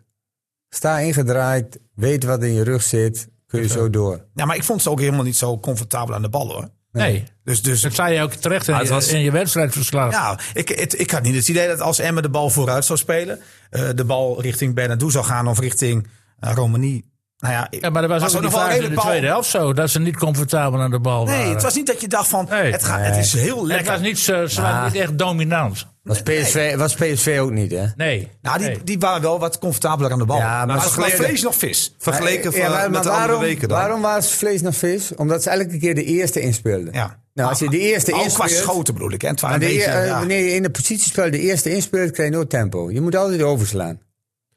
S5: Sta ingedraaid, weet wat in je rug zit, kun je zo door.
S3: Ja, maar ik vond ze ook helemaal niet zo comfortabel aan de bal hoor.
S2: Nee,
S3: Dus, dus
S2: dat zei je ook terecht in,
S1: het was-
S2: je, in je wedstrijdverslag.
S3: Ja, ik, het, ik had niet het idee dat als Emmen de bal vooruit zou spelen, eh, de bal richting Bernardo zou gaan of richting eh, Romani. Nou ja,
S2: Ja, maar dat was, ook
S3: er
S2: die
S3: nog wel een
S2: fase in de
S3: redelijk bal.
S2: tweede helft zo. Dat ze niet comfortabel aan de bal waren.
S3: Nee, het was niet dat je dacht van,
S2: Nee.
S3: het, gaat, het is heel
S2: Het
S3: lekker. Ah.
S2: was niet, zo- ze waren niet echt dominant.
S5: Was PSV, was PSV ook niet, hè?
S2: Nee.
S3: Nou, die,
S2: nee.
S3: die waren wel wat comfortabeler aan de bal.
S5: Ja, maar
S3: maar als
S5: vergeleken-
S3: vlees nog vis.
S1: Vergeleken van,
S5: Ja, maar-
S1: met de
S5: maar
S1: andere
S5: waarom,
S1: weken dan.
S5: Waarom was het vlees nog vis? Omdat ze elke keer de eerste inspeelden.
S3: Ja.
S5: Nou, als je de eerste
S3: Ook qua
S5: inspeelt...
S3: schoten bedoel ik. Hè. Het waren
S5: Maar
S3: een
S5: de
S3: beetje,
S5: eer- eh,
S3: ja.
S5: wanneer je in de positiespel de eerste inspeelt, krijg je nooit tempo. Je moet altijd overslaan.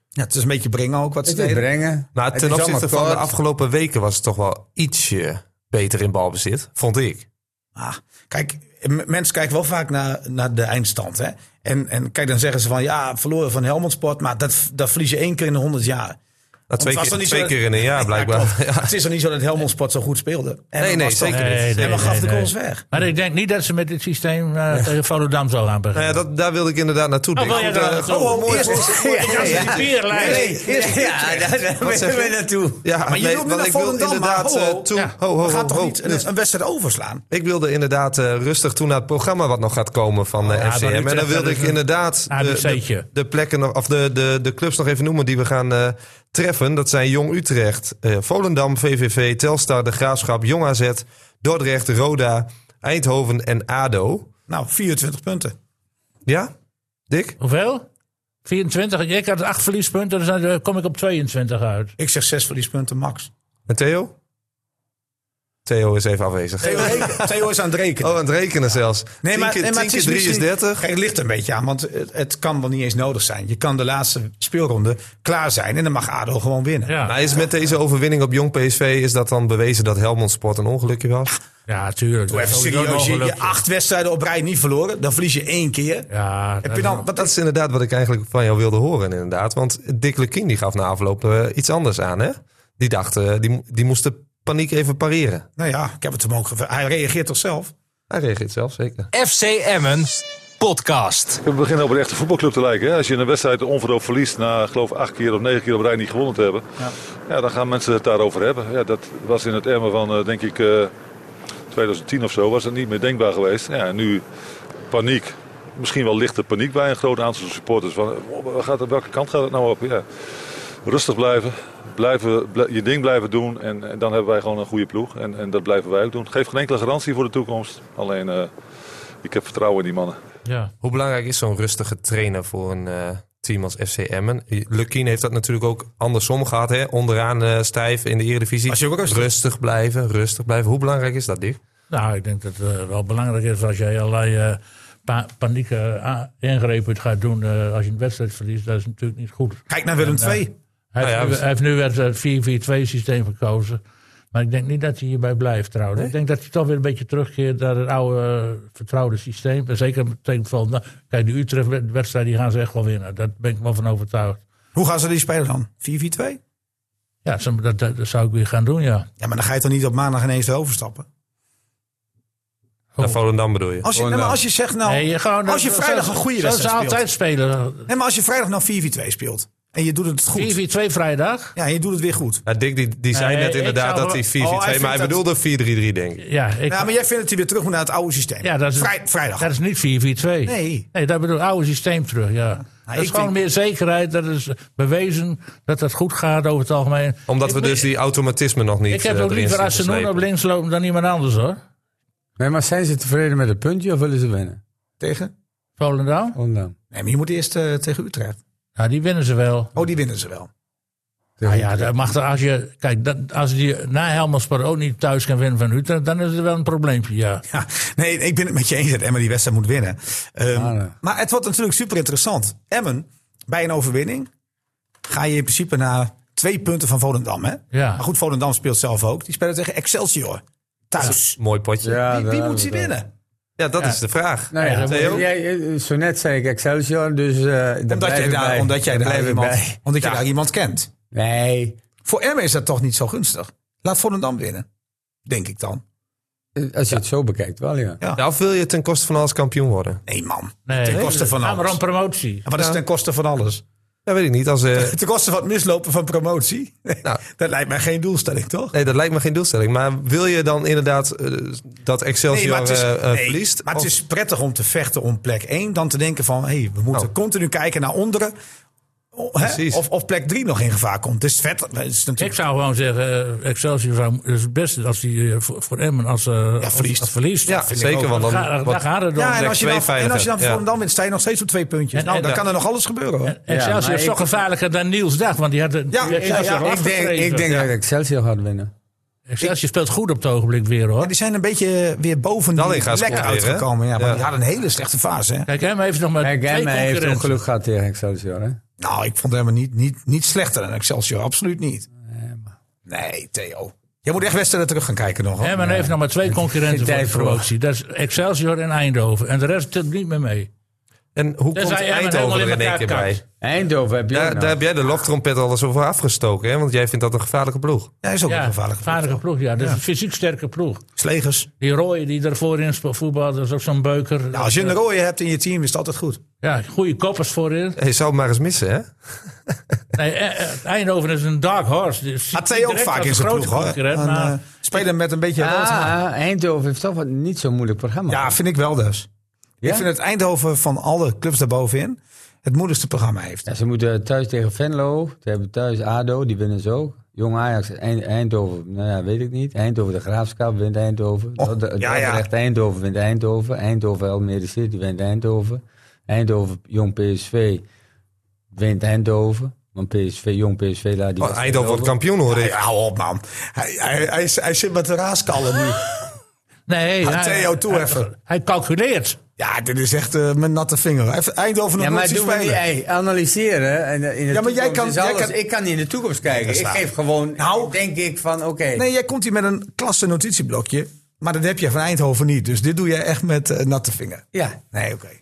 S3: Ja, het is een beetje brengen ook wat ze
S5: Het is
S3: deden.
S5: brengen.
S1: Maar
S5: Het
S1: ten
S5: is
S1: opzichte
S5: allemaal
S1: van de
S5: kort.
S1: afgelopen weken was het toch wel ietsje beter in balbezit, vond ik.
S3: Ah, kijk, m- mensen kijken wel vaak naar, naar de eindstand. Hè? En, en kijk, dan zeggen ze van ja, verloren van Helmond Sport. Maar dat, dat verlies je één keer in de honderd jaar.
S1: Nou, twee
S3: het was toch
S1: keer,
S3: niet
S1: twee
S3: zo-
S1: keer in een jaar blijkbaar.
S3: klopt. Het is toch niet zo dat Helmond Sport zo goed speelde? En
S1: Nee,
S3: dan
S1: nee,
S3: was toch-
S1: zeker niet.
S2: Nee, nee,
S3: En dan gaf
S2: nee,
S3: de
S2: nee.
S3: goals weg.
S2: Maar ik denk niet dat ze met dit systeem eh, tegen Volendam zou gaan
S1: Nou
S2: beginnen.
S1: ja, dat, daar wilde ik inderdaad naartoe.
S2: Oh, wil
S1: Dick.
S2: jij
S1: Goed,
S2: daar
S1: eh,
S2: naartoe?
S1: goed.
S2: Oh, mooi.
S1: Eerst-
S2: Ik dacht dat die pierenlijn-
S5: Ja, daar willen we naartoe.
S1: Ja,
S3: Maar je
S1: nee,
S3: noemt
S1: want
S3: naar
S1: ik wilde
S3: Volendam, maar
S1: inderdaad
S3: ho,
S1: eh,
S3: ho.
S1: toe.
S2: Ja.
S1: Ho, ho,
S3: We gaan
S1: ho,
S3: toch
S1: ho.
S3: niet
S1: Dus
S3: een, een wedstrijd overslaan?
S1: Ik wilde inderdaad eh, rustig toe naar het programma wat nog gaat komen van
S3: Oh,
S1: eh, de
S2: ja,
S1: FCM.
S2: dan Utrecht,
S1: en dan wilde
S2: dat
S1: ik
S2: is een
S1: inderdaad eh, de,
S2: ABC'tje.
S1: de, de plekken nog- of de, de, de clubs nog even noemen die we gaan eh, treffen. Dat zijn Jong Utrecht, eh, Volendam, VVV, Telstar, De Graafschap, Jong AZ, Dordrecht, Roda, Eindhoven en ADO.
S3: Nou, 24 punten.
S1: Ja, Dick?
S2: Hoeveel? 24. Ik had 8 verliespunten, dus dan eh, kom ik op 22 uit.
S3: Ik zeg 6 verliespunten max.
S1: En Theo? Theo is even afwezig.
S3: Theo, reken- Theo is aan het rekenen.
S1: Oh, aan het rekenen zelfs.
S3: Nee, maar,
S1: 10
S3: nee,
S1: keer,
S3: maar
S1: 10
S3: het
S1: keer
S3: is
S1: 3 is
S3: misschien-
S1: 30.
S3: Kijk, het ligt er een beetje aan, want eh, het, het kan wel niet eens nodig zijn. Je kan de laatste speelronde klaar zijn en dan mag ADO gewoon winnen.
S2: Ja,
S1: Maar is met deze overwinning op Jong PSV is dat dan bewezen dat Helmond Sport een ongelukje was?
S2: ja tuurlijk.
S3: Doe
S2: Dat
S3: even
S2: is sowieso
S3: serieus, je,
S2: een
S3: je
S2: ongelukje.
S3: acht wedstrijden op rij niet verloren, dan verlies je één keer.
S2: Ja,
S3: Heb je dan, wat
S1: Nou, Dat is inderdaad wat ik eigenlijk van jou wilde horen, inderdaad. Want Dick Lukien die gaf na afloop eh, iets anders aan, hè? Die dacht, eh, die, mo- die moest de paniek even pareren.
S3: nou ja, ik heb het hem ook gevra- Hij reageert toch zelf?
S1: Hij reageert zelf, zeker.
S4: FC Emmen podcast.
S6: We beginnen op een echte voetbalclub te lijken. Hè? Als je een wedstrijd onverhoopt verliest na geloof acht keer of negen keer op rij niet gewonnen te hebben. Ja. dan gaan mensen het daarover hebben. Ja, dat was in het emmer van eh, denk ik eh, 2010 of zo was dat niet meer denkbaar geweest. Ja, en nu paniek. Misschien wel lichte paniek bij een groot aantal supporters. Van, eh, waar gaat het, welke kant gaat het nou op? Ja. Rustig blijven. Blijven, blij- je ding blijven doen en, en dan hebben wij gewoon een goede ploeg. En, en dat blijven wij ook doen. Geef geen enkele garantie voor de toekomst. Alleen, eh, ik heb vertrouwen in die mannen.
S2: Ja.
S1: Hoe belangrijk is zo'n rustige trainer voor een eh, team als FC Emmen? Lukien heeft dat natuurlijk ook andersom gehad. Hè? Onderaan eh, stijf in de Eredivisie.
S3: Was je ook rustig?
S1: blijven, rustig blijven. Hoe belangrijk is dat, Dick?
S2: Nou, ik denk dat het wel belangrijk is als jij allerlei eh, pa- paniek eh, a- ingrepen gaat doen eh, als je een wedstrijd verliest. Dat is natuurlijk niet goed.
S3: Kijk naar Willem
S2: En, eh,
S3: II.
S2: Hij
S1: Nou
S2: heeft,
S1: ja,
S2: nu,
S1: we-
S2: hij heeft nu weer het 4-4-2 systeem gekozen. Maar ik denk niet dat hij hierbij blijft trouwens. Ik denk dat hij toch weer een beetje terugkeert naar het oude eh, vertrouwde systeem. En zeker betekent van, nou, kijk, die Utrecht-wedstrijd die gaan ze echt wel winnen. Daar ben ik wel van overtuigd.
S3: Hoe gaan ze die spelen dan? 4-4-2?
S2: Ja, zo- dat, dat, dat zou ik weer gaan doen, ja.
S3: Ja, maar dan ga je toch niet op maandag ineens overstappen?
S1: Naar Volendam bedoel je?
S3: Oh. Als je, nee, maar als je zegt nou...
S2: Nee, gewoon-
S3: als je
S2: zo-
S3: vrijdag
S2: zo-
S3: een goede
S2: zo
S3: wedstrijd
S2: zou
S3: speelt.
S2: altijd spelen.
S3: Nee, maar als je vrijdag nou 4-4-2 speelt en je doet het goed.
S2: 4-4-2 vrijdag.
S3: Ja, en je doet het weer goed.
S1: Ja, Dick die, die zei
S2: Nee,
S1: net
S2: ik
S1: inderdaad
S2: zou-
S1: dat hij 4-4-2,
S3: Oh, hij
S1: maar
S3: vindt
S1: hij
S3: dat-
S1: bedoelde 4-3-3 denk ik.
S2: Ja, ik,
S3: Ja, maar jij vindt dat hij weer terug moet naar het oude systeem.
S2: Ja, dat is-
S3: Vrij- vrijdag.
S2: dat is niet 4-4-2.
S3: Nee.
S2: Nee, dat bedoel ik oude systeem terug, ja. dat
S3: ik
S2: is gewoon
S3: denk-
S2: meer zekerheid. Dat is bewezen dat het goed gaat over het algemeen.
S1: Omdat
S2: Ik
S1: we
S2: moet-
S1: dus die automatisme nog niet
S2: Ik heb
S1: eh,
S2: ook
S1: erin
S2: liever
S1: zien
S2: Asenoen op
S1: geslepen.
S2: links lopen dan iemand anders, hoor.
S5: Nee, maar zijn ze tevreden met het puntje of willen ze winnen?
S3: Tegen?
S2: Volendam.
S5: Ondanks.
S3: Nee, maar je moet eerst eh, tegen Utrecht.
S2: Nou, die winnen ze wel.
S3: Oh, die winnen ze wel.
S2: Nou ja, dat mag er- als je, kijk, dat, als die na Helmersport ook niet thuis kan winnen van Utrecht, dan is er wel een probleempje, ja.
S3: Ja, nee, ik ben het met je eens dat Emmen die wedstrijd moet winnen. Ehm,
S5: Ah, nee.
S3: Maar het wordt natuurlijk super interessant. Emmen, bij een overwinning ga je in principe naar twee punten van Volendam. Hè?
S2: Ja.
S3: Maar goed, Volendam speelt zelf ook. Die spelen tegen Excelsior thuis.
S1: Mooi potje. Ja,
S3: Wie, wie moet ze winnen?
S1: dat is de vraag.
S5: Nou ja,
S2: Ja,
S5: dat-
S1: Theo?
S5: jij, eh, zo net zei ik Excelsior, dus eh daar
S3: Omdat
S5: blijf
S3: jij
S5: ik
S3: daar,
S5: bij.
S3: omdat jij
S5: Daar
S3: daar,
S5: blijf ik
S3: iemand,
S5: bij.
S3: omdat je daar iemand kent.
S5: Nee,
S3: Voor Emmen is dat toch niet zo gunstig. Laat Volendam winnen, denk ik dan.
S5: eh, als je het zo bekijkt wel, ja.
S1: Ja, Nou, of wil je ten koste van alles kampioen worden?
S3: Nee, man.
S2: Nee,
S3: ten koste van
S2: Nou, maar
S3: alles.
S2: om promotie.
S3: En wat is ten koste van alles?
S1: Dat weet ik niet. Als, eh,
S3: Ten koste van het mislopen van promotie?
S1: Nou.
S3: dat lijkt mij geen doelstelling, toch?
S1: nee, dat lijkt me geen doelstelling. Maar wil je dan inderdaad eh, dat Excelsior eh, eh,
S3: nee,
S1: verliest?
S3: maar het
S1: Of-
S3: is prettig om te vechten om plek 1 dan te denken van hey, we moeten
S1: Oh.
S3: continu kijken naar onderen. O, hè,
S1: Precies.
S3: Of, of plek 3 nog in gevaar komt. Dus vet. Het is
S2: Ik
S3: natuurlijk,
S2: zou gewoon zeggen, eh, Excelsior zou, is het beste als die eh, voor, voor Emmen als, eh als-
S3: verliest.
S2: als verliest.
S1: ja,
S3: vind ik
S1: zeker.
S3: ook.
S1: Want
S2: Dan,
S1: dan,
S2: ga, dan
S1: wat-
S2: gaat het door.
S3: ja, en
S1: plek
S3: als je
S1: twee
S3: dan, en als je dan
S1: veiliger, ja.
S3: voor dan wint, sta je nog steeds op twee puntjes.
S2: En-
S3: nou,
S2: en-
S3: dan
S2: ja.
S3: kan er nog alles gebeuren. Hoor.
S5: Ja, maar
S2: Excelsior is toch
S5: ik-
S2: gevaarlijker dan Niels Dag, want die had een
S3: Ja, ja, ja, ik
S5: Ik denk, ik denk dat Excelsior gaat winnen.
S2: Excelsior speelt goed op het ogenblik weer, hoor.
S3: En die zijn een beetje eh, weer boven die
S1: Dallinga
S3: plek
S1: scoort weer, hè?
S3: uitgekomen. Ja, maar
S1: Ja.
S3: die hadden een hele slechte fase. Hè?
S2: Kijk, Emmen heeft nog maar
S5: Kijk,
S2: twee
S5: Emma heeft
S2: concurrenten.
S5: ongeluk gehad tegen Excelsior, hè?
S3: Nou, ik vond hem niet, niet, niet slechter dan Excelsior. Absoluut niet. Nee, Theo. Jij moet echt wedstrijden terug gaan kijken nog. hoor.
S2: Emmen heeft nog maar twee concurrenten voor de
S5: tijd voor.
S2: promotie. Dat is Excelsior en Eindhoven. En de rest tilt niet meer mee.
S1: en hoe
S2: Dus
S1: komt
S2: hij- hij helemaal
S1: Eindhoven er
S2: in
S1: in één keer
S2: elkaar kakt.
S1: bij?
S5: Eindhoven heb je ook
S1: Daar,
S3: Nou.
S5: nog.
S1: daar heb jij de loftrompet al eens over afgestoken. Hè? Want jij vindt dat een gevaarlijke ploeg.
S3: Ja, is ook een
S2: Ja,
S3: gevaarlijke ploeg.
S2: gevaarlijke ploeg. Ja, dat is een fysiek sterke ploeg.
S3: Slegers.
S2: Die Roy die ervoor in spo- voetbal, dat is ook zo'n beuker.
S3: Ja, Nou, als je een rode hebt in je team, is het altijd goed.
S2: Ja, goede koppers voorin.
S1: Je zou hem maar eens missen, hè?
S2: Nee, eh, eh, Eindhoven is een dark horse. Dus
S3: Had zij ook
S2: direct
S3: vaak
S2: als
S3: in zijn
S2: grote
S3: ploeg, hoor.
S2: concurrent,
S3: Een,
S2: maar-
S3: eh, speler met een beetje rood haar.
S5: Ah, Eindhoven heeft toch wat niet zo'n moeilijk programma.
S3: Ja, vind ik wel dus. Ik vind het Eindhoven van alle clubs daarbovenin het moeilijkste programma heeft.
S5: Ja, ze moeten thuis tegen Venlo. Ze hebben thuis ADO, die winnen ze ook. Jong Ajax, Eind- Eindhoven, nou ja, weet ik niet. Eindhoven, de Graafschap wint Eindhoven.
S3: Oh,
S5: Dordrecht,
S3: ja, ja.
S5: Dordrecht, Eindhoven wint Eindhoven. Eindhoven, Almere City wint Eindhoven. Eindhoven, Jong PSV wint Eindhoven. Want PSV, Jong PSV laat die...
S1: Oh,
S5: wedstrijd
S1: Eindhoven wordt
S5: over.
S1: kampioen, hoor ik.
S3: Ja, hou op, man. Hij, hij, hij, hij zit met de raaskallen nu.
S2: Nee,
S3: Had Theo toe
S2: hij-
S3: even.
S2: Hij calculeert.
S3: Ja, dit is echt eh, mijn natte vinger. Hij heeft Eindhoven nog
S5: Ja, maar
S3: nooit zien
S5: doen we niet,
S3: spelen.
S5: ey, analyseren. En eh, in de
S3: Ja, maar jij
S5: toekomst
S3: kan-
S5: is
S3: jij
S5: alles-
S3: kan-
S5: Ik kan niet in de toekomst kijken.
S3: dat is
S5: ik
S3: waar.
S5: geef gewoon,
S3: Nou.
S5: denk ik, van oké.
S3: Nee, jij komt hier met een klasse notitieblokje. Maar dat heb je van Eindhoven niet. Dus dit doe je echt met eh, natte vinger.
S5: Ja,
S3: Nee, oké. dus-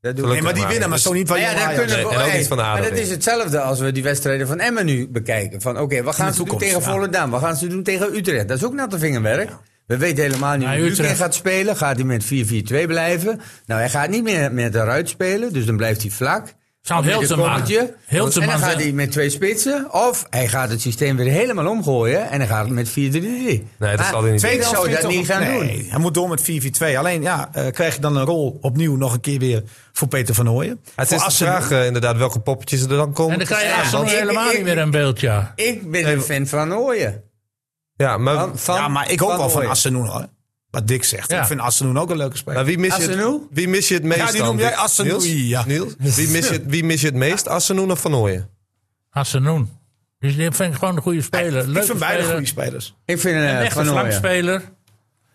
S5: dat doen we.
S3: Nee, maar die
S1: maar.
S3: winnen, maar zo niet van
S5: Maar Nou ja,
S3: Jong
S5: daar
S3: Ajax.
S5: kunnen we,
S1: Nee, en ook
S5: hey,
S1: niet van de
S5: maar
S1: ADO,
S5: dat
S1: denk
S5: is hetzelfde als we die wedstrijden van Emmen nu bekijken. Van oké, wat gaan ze doen
S3: toekomst,
S5: tegen
S3: ja.
S5: Volendam? Wat gaan ze doen tegen Utrecht? Dat is ook natte vingerwerk. We weten helemaal niet
S2: Nou,
S5: hoe
S2: Utrecht-
S5: Luca gaat spelen. Gaat hij met 4-4-2 blijven? Nou, hij gaat niet meer met eruit spelen, dus dan blijft hij vlak.
S2: Zou
S5: Dan met een
S2: Hilterman-
S5: kommetje.
S2: Hilterman
S5: En dan gaat
S2: zijn-
S5: hij met twee spitsen. Of hij gaat het systeem weer helemaal omgooien en dan gaat hij met 4-3-3. Nee,
S1: dat zal hij niet
S5: Ik
S1: doen.
S5: zou dat niet gaan
S3: nee,
S5: doen.
S3: Hij moet door met 4-4-2. Alleen ja, eh, krijg je dan een rol opnieuw nog een keer weer voor Peter van Hooyen.
S1: Het is de vraag eh, inderdaad welke poppetjes er dan komen.
S2: En dan krijg je
S1: Ja,
S2: Arsenal
S1: want-
S2: helemaal
S5: ik-
S2: niet meer in beeld, ja.
S5: Ik ben een fan van Ooyen.
S1: Ja, maar,
S5: Van, van-
S3: Ja, maar ik ook wel van
S5: Ooyen.
S3: Assenoen hoor. Wat Dick zegt.
S2: Ja.
S3: Ik vind Assenoen ook een leuke speler.
S1: maar wie, mis je het,
S5: Assenoen?
S1: wie mis je het meest
S3: Ja, die
S1: dan?
S3: noem jij
S1: Niels?
S3: Assenoui, ja.
S1: Niels? Wie mis je, het- wie mis je het meest, Assenoen of Van Ooyen?
S2: Hassanoen. Dus die vind ik gewoon een goede speler.
S3: ik
S2: Leuke
S3: vind beide
S2: speler.
S3: goede spelers.
S5: Ik vind eh,
S2: Een echte
S5: van Ooyen.
S2: flankspeler.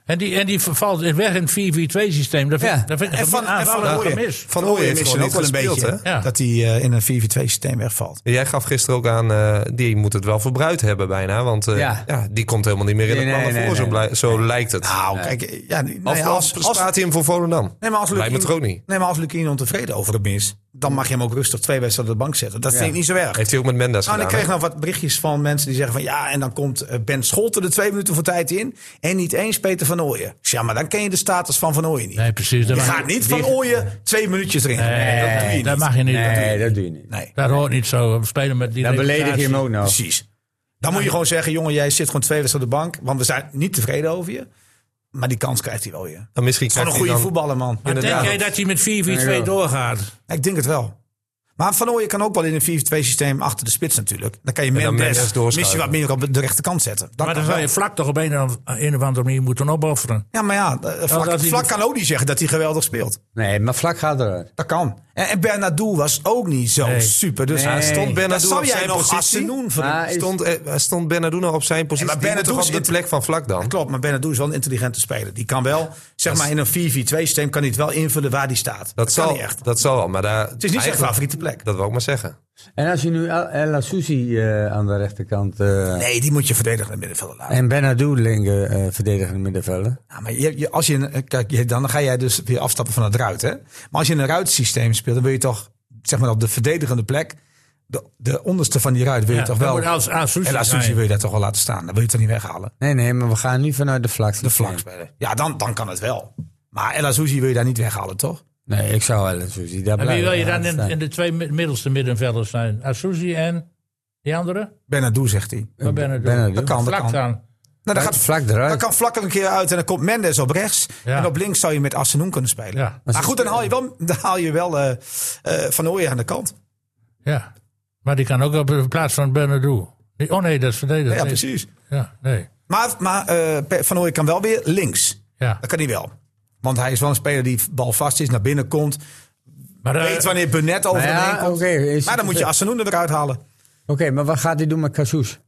S2: En die, en die vervalt weg in het 4-4-2 systeem. Dat vind,
S5: Ja.
S2: dat vind ik
S3: En van, en van
S2: aanvallend
S3: Hooyen.
S2: gemis.
S1: Van Ooyen heeft
S3: mist
S1: gewoon
S3: ook wel een
S1: niet gespeeld,
S3: beetje.
S2: hè? Ja.
S3: Dat hij eh, in een 4-4-2 systeem wegvalt.
S1: Jij gaf gisteren ook aan, eh, die moet het wel verbruikt hebben bijna. Want eh,
S5: Ja.
S1: ja. die komt helemaal niet meer in
S5: Nee,
S1: het
S5: nee,
S1: plannen voor,
S5: nee,
S1: zo,
S5: nee.
S1: blij- zo lijkt het.
S3: Nou, kijk, eh, ja, nee,
S1: Of
S3: nee, als,
S1: als,
S3: als,
S1: staat hij hem voor Volendam?
S3: nee, maar als
S1: Lijkt me
S3: Lukien-
S1: toch ook niet.
S3: Nee, maar als Lukien ontevreden over hem is, dan mag je hem ook rustig twee wedstrijden op de bank zetten. Dat vind ik niet zo erg.
S1: Heeft hij ook met Mendes
S3: Nou, en ik
S1: gedaan?
S3: kreeg
S1: hè?
S3: nog wat berichtjes van mensen die zeggen van ja, en dan komt eh, Ben Scholten er twee minuten voor tijd in. En niet eens Peter van Ooyen. Dus Ja, maar dan ken je de status van Van Ooyen niet.
S2: Nee, precies.
S3: je
S2: Dat mag-
S3: gaat niet van
S2: die-
S3: Ooyen twee minuutjes erin. gooien. dat doe je
S2: Nee,
S3: niet.
S2: dat mag je niet. doen.
S5: Nee, dat doe je niet.
S3: Nee,
S2: Dat hoort niet zo. We spelen met die
S5: Dan beledig je hem ook nog.
S3: precies. Dan moet je gewoon zeggen, jongen, jij zit gewoon twee wedstrijden op de bank. Want we zijn niet tevreden over je. Maar die kans krijgt hij wel weer.
S1: Nou, misschien
S3: Gewoon een
S1: krijgt hij dan...
S3: goede voetballer, man.
S2: Maar denk
S1: Inderdaad.
S2: jij dat hij met 4-4-2
S5: Ja.
S2: doorgaat?
S3: Ik denk het wel. Maar Van Ooyen kan ook wel in een 4-2 systeem achter de spits natuurlijk. Dan kan je
S1: dan
S3: Mendes
S1: Mendes doorschuiven.
S3: misschien wat meer op de rechterkant zetten. Dat
S2: Maar
S3: kan
S2: dan zou
S3: wel.
S2: je vlak toch op een of een of andere manier moeten opofferen.
S3: Ja, maar ja, eh, Vlak,
S2: dat hij-
S3: Vlak kan ook niet zeggen dat hij geweldig speelt.
S5: Nee, maar vlak gaat eruit.
S3: Dat kan. En, en Bernardo was ook niet zo
S2: Nee.
S3: super. Dus
S5: Nee. Stond
S3: daar
S1: Bernardo
S3: zou
S1: op
S3: jij
S1: zijn
S3: nog
S1: positie?
S3: Assenoen voor
S5: Maar is-
S1: Stond, eh, stond Bernardo nou op zijn positie?
S3: Ja, maar
S1: Die moet
S3: Bernardo
S1: toch
S3: is
S1: op de
S3: het-
S1: plek van Vlak dan?
S3: Klopt, maar Bernardo is wel een intelligente speler. Die kan wel, zeg maar in een 4-4-2-systeem, kan hij het wel invullen waar die staat. Dat,
S1: Dat,
S3: kan
S1: zal,
S3: hij echt.
S1: dat zal wel, maar daar...
S3: Het is niet zijn favoriete plek.
S1: Dat wil ik maar zeggen.
S5: En als je nu El, El Aouzi, eh, aan de rechterkant eh,
S3: Nee, die moet je verdedigen in het middenveld laten.
S5: en Benadou linker eh verdedigende middenvelder.
S3: Ja, Nou, maar je, je- als je, een- eh, kijk, je- dan ga jij dus weer afstappen van het ruit. Hè? Maar als je in een ruitsysteem speelt, dan wil je toch zeg maar, op de verdedigende plek, de, de onderste van die ruit, wil je
S2: Ja,
S3: toch
S2: dan
S3: wel.
S2: moet als Asusi
S3: en Asusi
S2: zijn.
S3: wil je daar toch wel laten staan. Dan wil je toch niet weghalen.
S5: Nee, nee, maar we gaan nu vanuit de vlak.
S3: De flank spelen. Ja, dan, dan kan het wel. Maar El Azouzi wil je daar niet weghalen, toch?
S5: Nee, ik zou El Aouzi daar
S2: En wie
S5: blijven.
S2: wil je dan in,
S5: laten
S2: in de twee mi- middelste middenvelders zijn? Asuzi en die andere?
S3: Benadou, zegt hij.
S2: Waar ben
S5: staan.
S2: ik?
S5: Benadou.
S3: Eh, Dat kan, dat
S2: Vlak
S3: kan.
S2: dan.
S3: Nou, dan,
S5: Vlak-
S3: gaat,
S5: vlak eruit.
S3: dan kan Vlak er een keer uit en dan komt Mendes op rechts.
S2: Ja.
S3: En op links zou je met Assenoen kunnen spelen.
S2: Ja.
S3: Maar goed, dan haal je wel, dan haal je wel eh, eh, Van Ooyen aan de kant.
S2: Ja. Maar die kan ook op de plaats van Bernardo. Die- Oh nee, dat is verdedigd.
S3: Ja,
S2: Nee.
S3: precies.
S2: Ja, nee.
S3: Maar, maar eh, Pe- Van Ooyen kan wel weer links.
S2: Ja.
S3: Dat kan hij wel. Want hij is wel een speler die bal vast is, naar binnen komt.
S2: Maar eh,
S3: weet wanneer Burnett over
S5: Maar
S3: hem
S5: nou ja, eh,
S3: heen komt.
S5: oké, is-
S3: maar dan moet je Assenoen er weer uithalen.
S5: Oké, maar wat gaat hij doen met Casus?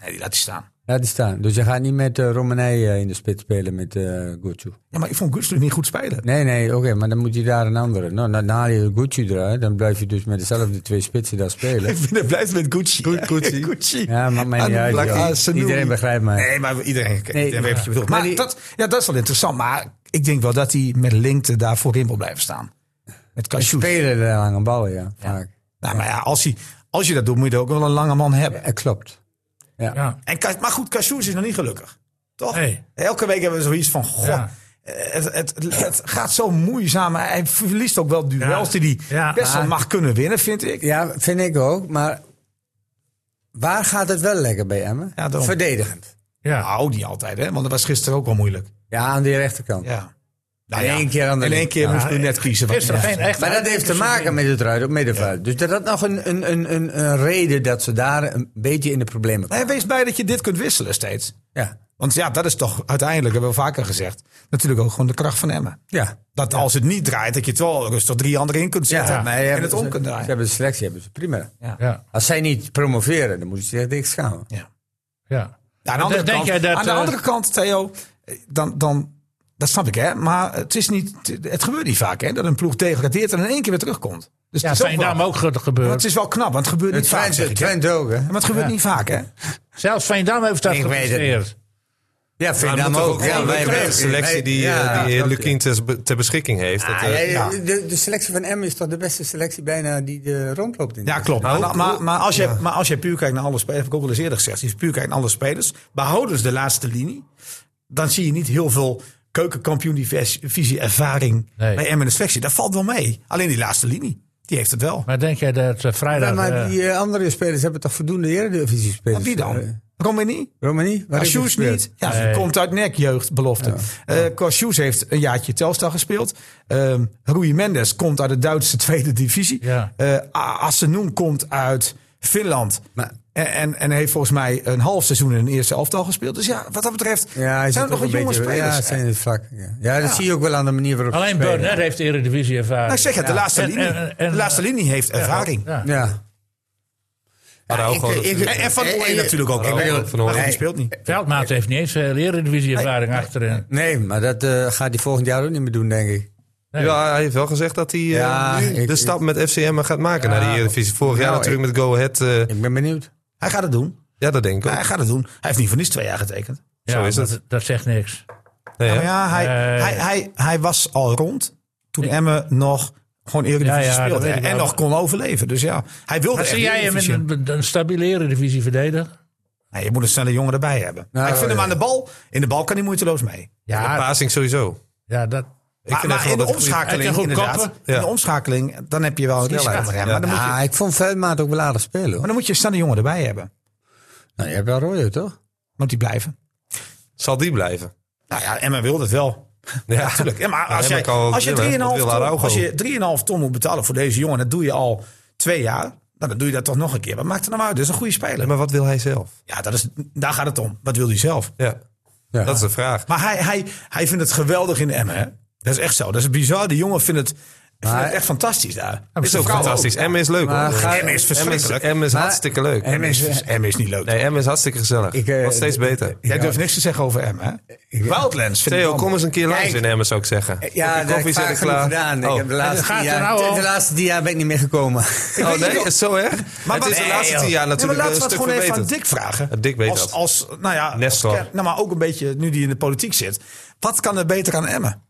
S3: Nee, die laat hij staan.
S5: Laat die staan. Dus je gaat niet met eh Romanei eh, in de spits spelen met eh Gucci.
S3: Ja, maar ik vond Gutslu niet goed spelen.
S5: Nee, nee, oké, maar dan moet je daar een andere. Nou, dan haal je Gucci eruit. Dan blijf je dus met dezelfde twee spitsen daar spelen.
S3: Dat blijft met Gucci. Gucci. Gucci.
S5: Ja, maakt mij niet
S3: Ah,
S5: uit.
S3: Black-
S5: joh.
S3: Ah, Sanoui.
S5: Iedereen begrijpt mij.
S3: Nee, maar iedereen, iedereen
S5: maar-
S3: weet wat je bedoelt. Maar,
S5: maar die-
S3: dat, ja, dat is wel interessant. Maar ik denk wel dat hij met Linkte daar voorin wil blijven staan. Met Cashews.
S5: Spelen de lange ballen, ja, vaak.
S3: Nou, maar ja, als, hij, als je dat doet, moet je er ook wel een lange man hebben.
S5: Eh, klopt. Ja.
S2: ja.
S3: En, Ka- maar goed, Cashews is nog niet gelukkig. Toch?
S2: Nee.
S3: Elke week hebben we zoiets van, goh,
S2: Ja.
S3: eh, Het, het, het gaat zo moeizaam. Hij verliest ook wel duels die hij
S2: Ja.
S3: best wel
S5: Maar-
S3: mag kunnen winnen, vind ik.
S5: Ja, vind ik ook. Maar waar gaat het wel lekker bij Emmen?
S3: Ja, daarom.
S5: Verdedigend.
S2: ja.
S3: Nou, niet altijd, hè? want dat was gisteren ook wel moeilijk.
S5: Ja, aan die rechterkant.
S3: Ja.
S5: En één keer aan de
S3: In één
S5: link.
S3: keer
S5: Ja,
S3: moest u net kiezen. wat
S2: Is er
S3: hij
S2: geen
S3: moest.
S2: echt.
S5: Maar dat heeft te maken met het ruit op middenveld. Dus dat had nog een, een, een, een, een reden dat ze daar een beetje in de problemen kwamen.
S3: Nee, wees blij dat je dit kunt wisselen steeds.
S5: Ja.
S3: Want ja, dat is toch uiteindelijk, hebben we vaker gezegd, natuurlijk ook gewoon de kracht van Emmen.
S5: Ja.
S3: Dat als het niet draait, dat je het wel rustig drie anderen in kunt zetten.
S5: maar
S3: en
S5: hebben-
S3: het om
S5: ze,
S3: kunt
S5: Ze
S3: draaien.
S5: hebben de selectie, hebben ze prima.
S2: Ja,
S5: Als zij niet promoveren, dan moeten ze zich dik schamen.
S3: Ja.
S2: ja.
S3: Ja, aan de andere,
S2: Denk
S3: kant,
S2: jij dat,
S3: aan de
S2: eh,
S3: andere kant, Theo, eh, dan, dan, dat snap ik hè, maar het, is niet, het gebeurt niet vaak hè, dat een ploeg degradeert en in één keer weer terugkomt. Dus
S2: Ja,
S3: het, is ook
S2: Veendam
S3: wel-
S2: ook ge-
S3: Maar
S2: gebeurd.
S3: het is wel knap, want het gebeurt niet vaak. zeg
S5: Twente,
S3: ik, hè.
S5: Twente ook, hè?
S3: Maar het gebeurt niet vaak hè.
S2: Zelfs Veendam heeft dat
S5: Ik weet het
S2: gepresteerd.
S5: Ja, vind
S1: Maar
S5: ik
S1: moet toch ook
S5: ook.
S1: wel
S5: Ja, wij-
S1: lukken met
S5: wij-
S1: de selectie
S5: wij-
S1: die, eh,
S5: ja,
S1: die eh,
S5: klopt,
S1: Lukien ter, ter beschikking heeft. Dat,
S5: Ah,
S1: eh,
S5: ja,
S3: ja.
S5: de, de selectie van M is toch de beste selectie bijna die er rondloopt in
S3: Ja,
S5: deze-
S3: klopt.
S1: Nou,
S3: Maar, maar,
S1: hoe-
S3: maar, als je, maar als je puur kijkt naar alle spelers, heb ik ook wel eens eerder gezegd, als je puur kijkt naar alle spelers, behouden ze de laatste linie. dan zie je niet heel veel keukenkampioen-divisie ervaring
S2: Nee.
S3: bij Emmen en Slectie. Dat valt wel mee. Alleen die laatste linie, die heeft het wel.
S2: Maar denk jij dat eh, vrijdag...
S5: Ja,
S2: eh,
S5: maar die eh, andere spelers hebben toch voldoende Eredivisie spelers?
S3: Maar wie dan? Romani?
S5: Romani? Waar heeft hij
S3: Cashews
S5: gespeeld?
S3: niet. Ja,
S2: Nee.
S3: die komt uit nek, jeugdbelofte. Eh Cashews heeft een jaartje Telstar gespeeld. Ehm Rui Mendes komt uit de Duitse tweede divisie.
S2: Ja.
S3: Eh, A- Asenoen komt uit Finland.
S5: Maar-
S3: en, en, en heeft volgens mij een half seizoen in de eerste elftal gespeeld. Dus ja, wat dat betreft
S5: Ja, hij
S3: zijn
S5: zit
S3: er nog
S5: ook
S3: wat jonge
S5: beetje-
S3: spelers.
S5: Ja, zijn in het vlak. Ja, ja dat zie je ook wel aan de manier waarop ze
S2: Alleen
S5: spelen.
S2: Burnett heeft de Eredivisie ervaring.
S3: nou, ik zeg het, de laatste,
S2: En-
S3: linie,
S2: en- en-
S3: de laatste linie heeft ervaring.
S2: Ja.
S5: Ja.
S1: Maar daar ook gewoon dat-
S3: En, en Van Ooyen
S5: eh,
S3: natuurlijk ook.
S1: Van
S3: Ik
S1: Ooyen.
S3: bedoel, maar goed, die speelt niet.
S2: Veldmaat heeft niet eens veel Eredivisie ervaring achterin.
S5: Nee, maar dat eh, gaat hij volgend jaar ook niet meer doen, denk ik.
S2: Nee.
S1: Ja, hij heeft wel gezegd dat hij eh,
S5: Ja,
S1: nu
S5: ik-
S1: de
S5: ik-
S1: stap met FCM gaat maken naar de Eredivisie. Vorig jaar
S5: Nou,
S1: natuurlijk met Go Ahead. eh,
S5: Ik ben benieuwd.
S3: Hij gaat het doen.
S1: ja, dat denk ik ook.
S3: Hij gaat het doen. Hij heeft niet voor niets twee jaar getekend.
S2: Ja,
S1: zo is
S2: dat,
S1: het.
S2: dat zegt niks.
S1: Nee,
S3: Ja,
S1: hè?
S3: maar ja, hij,
S2: Nee.
S3: hij, hij, hij was al rond toen Emmen nog gewoon Eredivisie
S2: Ja, ja, dat
S3: speelde.
S2: weet ik
S3: En
S2: wel.
S3: nog kon overleven. Dus ja, hij wilde
S2: Maar
S3: echt
S2: zie jij hem
S3: Eredivisie.
S2: een, een stabiele Eredivisie verdedigen?
S3: Nee, je moet een snelle jongen erbij hebben.
S5: Nou,
S3: ik vind
S5: ja.
S3: hem aan de bal. In de bal kan hij moeiteloos mee.
S1: De
S2: Ja,
S1: passing sowieso.
S2: ja dat,
S1: Ik
S3: maar
S1: vind echt
S3: maar
S1: wel
S3: in de
S1: dat-
S2: Hij kan
S3: omschakeling,
S2: goed
S3: inderdaad.
S2: kappen.
S1: Ja.
S3: In de omschakeling, dan heb je wel een snelheid.
S2: schaar.
S3: Ja, maar, dan moet je,
S5: Ah,
S3: maar
S5: ik vond Veldmaat ook wel aardig spelen. Hoor.
S3: dan moet je een snelle jongen erbij hebben.
S5: Nou, je hebt wel Royo, toch?
S3: Moet die blijven.
S1: Zal die blijven?
S3: Nou ja, Emma wil het wel.
S1: Ja,
S3: Tuurlijk. Ja, maar
S1: Ja,
S3: als,
S1: Emma
S3: jij,
S1: kan wel
S3: als, je
S1: willen,
S3: 3,5
S1: dat wil
S3: ton,
S1: Araujo.
S3: als je 3,5 ton moet betalen voor deze jongen, dat doe je al twee jaar. Nou, dan doe je dat toch nog een keer. Wat maakt het nou uit? Dat is een goede
S1: Ja,
S3: speler.
S1: Maar wat wil hij zelf?
S3: Ja, dat is, daar gaat het om. Wat wil hij zelf?
S1: Ja. Dat is de vraag.
S3: Maar hij, hij, hij vindt het geweldig in Emmen. hè? Dat is echt zo. Dat is bizar. Die jongen vindt het, vindt
S5: Maar-
S3: het echt fantastisch daar.
S1: is ook fantastisch. M is leuk
S5: Maar
S1: hoor.
S5: ga-
S3: Emmen is
S1: M is,
S3: verschrikkelijk.
S1: M is
S5: Maar-
S1: hartstikke leuk.
S3: Emmen is, Emmen is niet leuk.
S1: Nee, M is hartstikke gezellig.
S5: Ik, eh,
S1: Wordt steeds
S5: d-
S1: beter.
S3: Jij durft niks te zeggen over Emmen. hè? Wildlands vind ik
S1: Theo,
S3: wel
S1: kom
S3: mooi.
S1: eens een keer langs
S5: Kijk.
S1: in Emmen, zou ik zeggen.
S5: Ja,
S1: Kopje
S5: dat heb ik
S1: koffie
S5: vaak
S1: zitten
S5: genoeg
S1: klaar.
S5: gedaan. Ik
S1: Oh.
S5: heb de laatste,
S2: gaat
S5: tien
S2: er
S5: jaar,
S2: nou om?
S5: de laatste tien jaar ben ik niet meer gekomen.
S1: Oh nee, is zo erg? het is de laatste
S3: nee, joh.
S1: tien jaar
S3: Nee, maar
S1: natuurlijk
S3: laten
S1: een
S3: we het
S1: stuk
S3: gewoon even aan
S1: verbeterd.
S3: Dick vragen.
S1: Ja, Dick weet
S3: als,
S1: dat.
S3: als, nou ja, als
S1: Nestor.
S3: Ker- nou, maar ook een beetje nu die in de politiek zit. Wat kan er beter aan Emmen?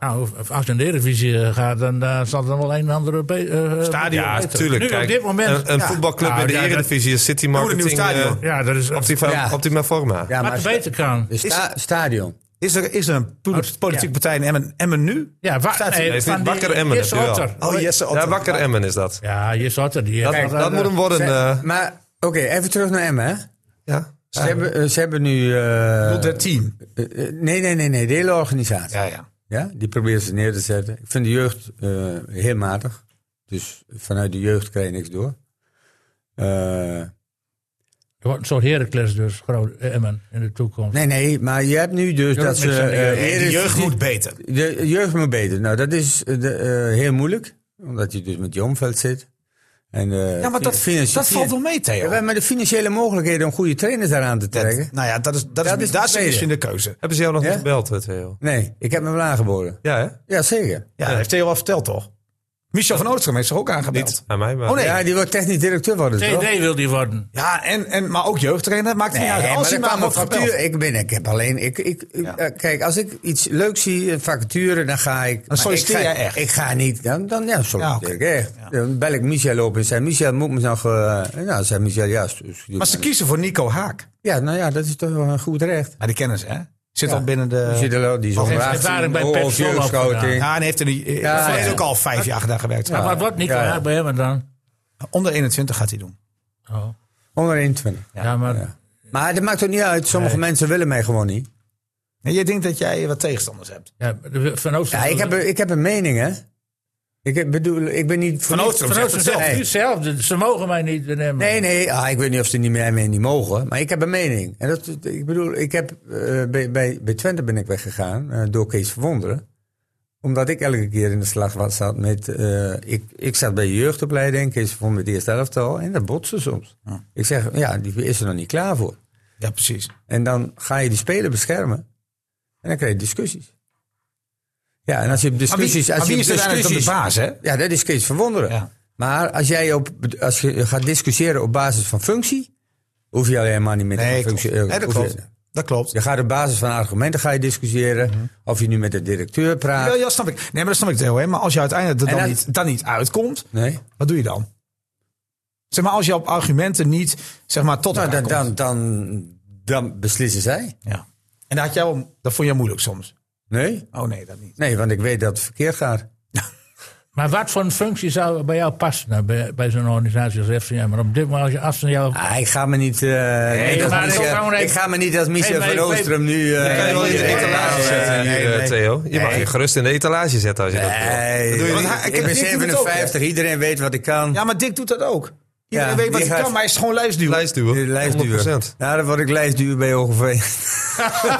S2: nou, als je in de Eredivisie eh, gaat, dan eh, zal er dan wel een en ander... be- eh,
S3: Stadion.
S1: Ja,
S2: beter.
S1: tuurlijk.
S2: Nu
S1: Kijk,
S2: op dit moment...
S1: Een, een
S2: ja.
S1: voetbalclub
S2: Nou,
S1: in de
S2: ja, dat-
S1: Eredivisie is City
S3: Moet een
S1: Marketing.
S3: nieuw stadion.
S1: eh,
S2: Ja, dat is...
S1: Optima,
S5: Ja.
S1: optima Forma.
S5: Ja,
S2: Wat
S5: maar
S2: er beter kan.
S5: de sta- stadion.
S3: Is er, is er een pol-
S2: Oh,
S3: politieke
S2: ja.
S3: partij in Emmen, Emmen nu?
S2: Ja, wa-
S3: Staat-
S2: nee,
S1: Nee, het is
S2: van
S1: niet
S2: die-
S1: Wakker Emmen,
S2: Jesse
S1: heb je wel.
S2: Otter.
S3: Oh, Jesse Otter.
S1: Ja, wakker Emmen is dat.
S2: Ja, Jesse Otter. Die
S1: Dat,
S2: heeft-
S1: dat moet hem worden. eh,
S5: Maar oké, even terug naar Emmen. hè.
S1: ja.
S5: Ze, hebben, eh, ze hebben nu... eh,
S3: Tot het team.
S5: eh, eh, nee, nee, nee, nee. De hele organisatie.
S3: Ja, ja.
S5: Ja, die proberen ze neer te zetten. Ik vind de jeugd eh, heel matig. Dus vanuit de jeugd krijg je niks door. Eh,
S2: Het wordt een soort Heracles dus, groot Emmen, in de toekomst.
S5: nee, nee, maar je hebt nu dus dat
S2: hebt
S5: ze...
S2: niks aan de jeugd.
S5: eh,
S3: Nee, de
S5: eerder-
S3: jeugd moet beter.
S5: De jeugd moet beter. Nou, dat is eh, de, eh, heel moeilijk. Omdat je dus met Jongveld zit. En, eh,
S3: Ja, maar dat,
S5: financi-
S3: dat valt wel mee,
S5: Ja,
S3: Theo.
S5: we hebben de financiële mogelijkheden om goede trainers daaraan te trekken.
S3: nou ja, dat is, dat
S5: Dat
S3: is,
S5: is
S3: daar
S5: de
S3: zit misschien de
S5: tweede.
S3: keuze.
S1: Hebben ze jou nog
S5: Ja?
S1: niet gebeld, eh, Theo?
S5: Nee, ik heb me wel aangeboden.
S1: Ja, hè?
S5: Ja, zeker.
S3: Ja, dat heeft Theo al verteld, toch? Michel van Oostrom heeft zich ook aangebeld.
S1: Niet aan mij, maar...
S3: Oh, nee.
S5: Ja, die wordt technisch directeur worden. toch?
S2: TD wil die worden.
S3: Ja, en, en, maar ook jeugdtrainer. Maakt het
S5: Nee,
S3: niet uit.
S5: maar
S3: Als
S5: er
S3: hij maar
S5: kwam een
S3: wordt
S5: vacature.
S3: gebeld.
S5: Ik, ben, ik heb alleen. Ik, ik, ik- eh, kijk, als ik iets leuks zie, een vacature, dan ga ik. maar
S3: solliciteer
S5: ik ga,
S3: jij echt?
S5: Ik ga niet. Dan, dan ja, solliciteer
S3: Ja, oké.
S5: ik echt. Dan bel ik Michel op en zei: Michel, moet me nog. eh, nou, zei Michel, ja. stu- stuur
S3: Maar ze
S5: me.
S3: kiezen voor Nico Haak.
S5: Ja, nou ja, dat is toch wel een goed recht.
S3: Maar die kennen ze, hè? Zit al binnen
S5: Die zit
S3: de...
S5: er al- die is onder
S2: heeft
S5: 18,
S2: ervaring bij
S5: oh,
S2: Pep
S5: of
S2: Zwolle
S5: jeugdschouting.
S2: opgedaan.
S3: Ja, Ah, en heeft er die,
S5: Ja,
S3: hij heeft
S5: ja.
S3: ook al vijf jaar daar gewerkt.
S2: Maar wat wordt Nico
S5: Ja, ja.
S2: Haak bij Emmen dan?
S3: Onder 21 gaat hij doen.
S2: Oh.
S5: Onder 21.
S2: Ja, maar
S5: Ja. Maar dat maakt ook niet uit. Sommige mensen willen mij gewoon niet.
S3: En jij denkt dat jij eh, wat tegenstanders hebt.
S2: ja, de- Van Oostrom...
S5: Ja, ik heb, een- ik heb een mening, hè? Ik heb- bedoel, ik ben niet.
S3: Van Oostrom
S2: Van
S3: zegt
S2: Oostrom
S3: het
S2: zegt
S3: zelf.
S2: nu zelf, de- ze mogen mij niet nemen.
S5: Nee, nee, ah, ik weet niet of ze niet meer, meer niet mogen, maar ik heb een mening. En dat, ik bedoel, ik heb, eh, bij, bij, bij Twente ben ik weggegaan eh, door Kees Verwonderen. Omdat ik elke keer in de slag was, zat met... eh, ik, ik zat bij de jeugdopleiding, Kees Verwonderen met de eerste elftal. En dat botsen soms. Ik zeg, ja, die is er nog niet klaar voor.
S3: Ja, precies.
S5: En dan ga je die speler beschermen. En dan krijg je discussies. Ja, en als je
S3: Maar wie,
S5: op discussies...
S3: maar
S5: als
S3: wie
S5: je
S3: is
S5: op
S3: er uiteindelijk dan de
S5: discussies-
S3: baas, hè?
S5: ja, dat is Kees Verwonderen.
S3: Ja.
S5: Maar als jij op, als je gaat discussiëren op basis van functie, hoef je alleen maar niet meer
S3: Nee,
S5: te
S3: klopt.
S5: functie. eh,
S3: Nee, dat
S5: hoef je-
S3: klopt. Dat klopt.
S5: Je gaat op basis van argumenten ga je discussiëren. Of je nu met de directeur praat.
S3: Ja, ja, snap ik. Nee, maar dat snap ik, Theo. Hè? Maar als je uiteindelijk er
S5: En
S3: dan,
S5: dat-
S3: niet, dan niet uitkomt,
S5: Nee.
S3: wat doe je dan? Zeg maar, als je op argumenten niet, zeg maar, tot
S5: Nou,
S3: elkaar
S5: dan,
S3: komt.
S5: dan, dan, dan beslissen zij.
S3: Ja. En dat, had jij wel, dat vond jij moeilijk soms?
S5: Nee?
S3: Oh nee, dat niet.
S5: Nee, want ik weet dat het verkeerd gaat.
S2: Maar wat voor een functie zou bij jou passen nou, bij, bij zo'n organisatie als FCM? Maar op dit moment, als je als jou.
S5: Ah, ik ga me niet... eh, niet als
S2: maar ik
S5: Michel-
S2: wou
S5: ik,
S2: even-
S5: ga me niet als Michel
S2: Nee, maar
S5: van
S2: ik weet-
S5: Oostrum nu... eh,
S1: kan je wel in de
S5: eh,
S1: etalage
S5: eh,
S1: zetten hier,
S5: nee,
S1: eh,
S5: nee.
S1: Theo. Je mag
S5: Nee.
S1: je gerust in de etalage zetten als je dat wil.
S5: Nee,
S1: doe je
S5: want
S1: niet.
S5: hij-
S1: Ik
S5: ik ben
S3: doet het ook,
S5: 57, iedereen weet wat ik kan.
S3: Ja, Ah, maar Dick doet dat ook. Iedereen
S5: Ja,
S3: weet wat
S5: die
S3: hij
S5: gaat-
S3: kan, maar hij is gewoon lijstduw.
S1: Lijstduwen.
S5: De lijstduur.
S1: 100%.
S5: Ja, dan word ik lijstduur bij Hogeveen.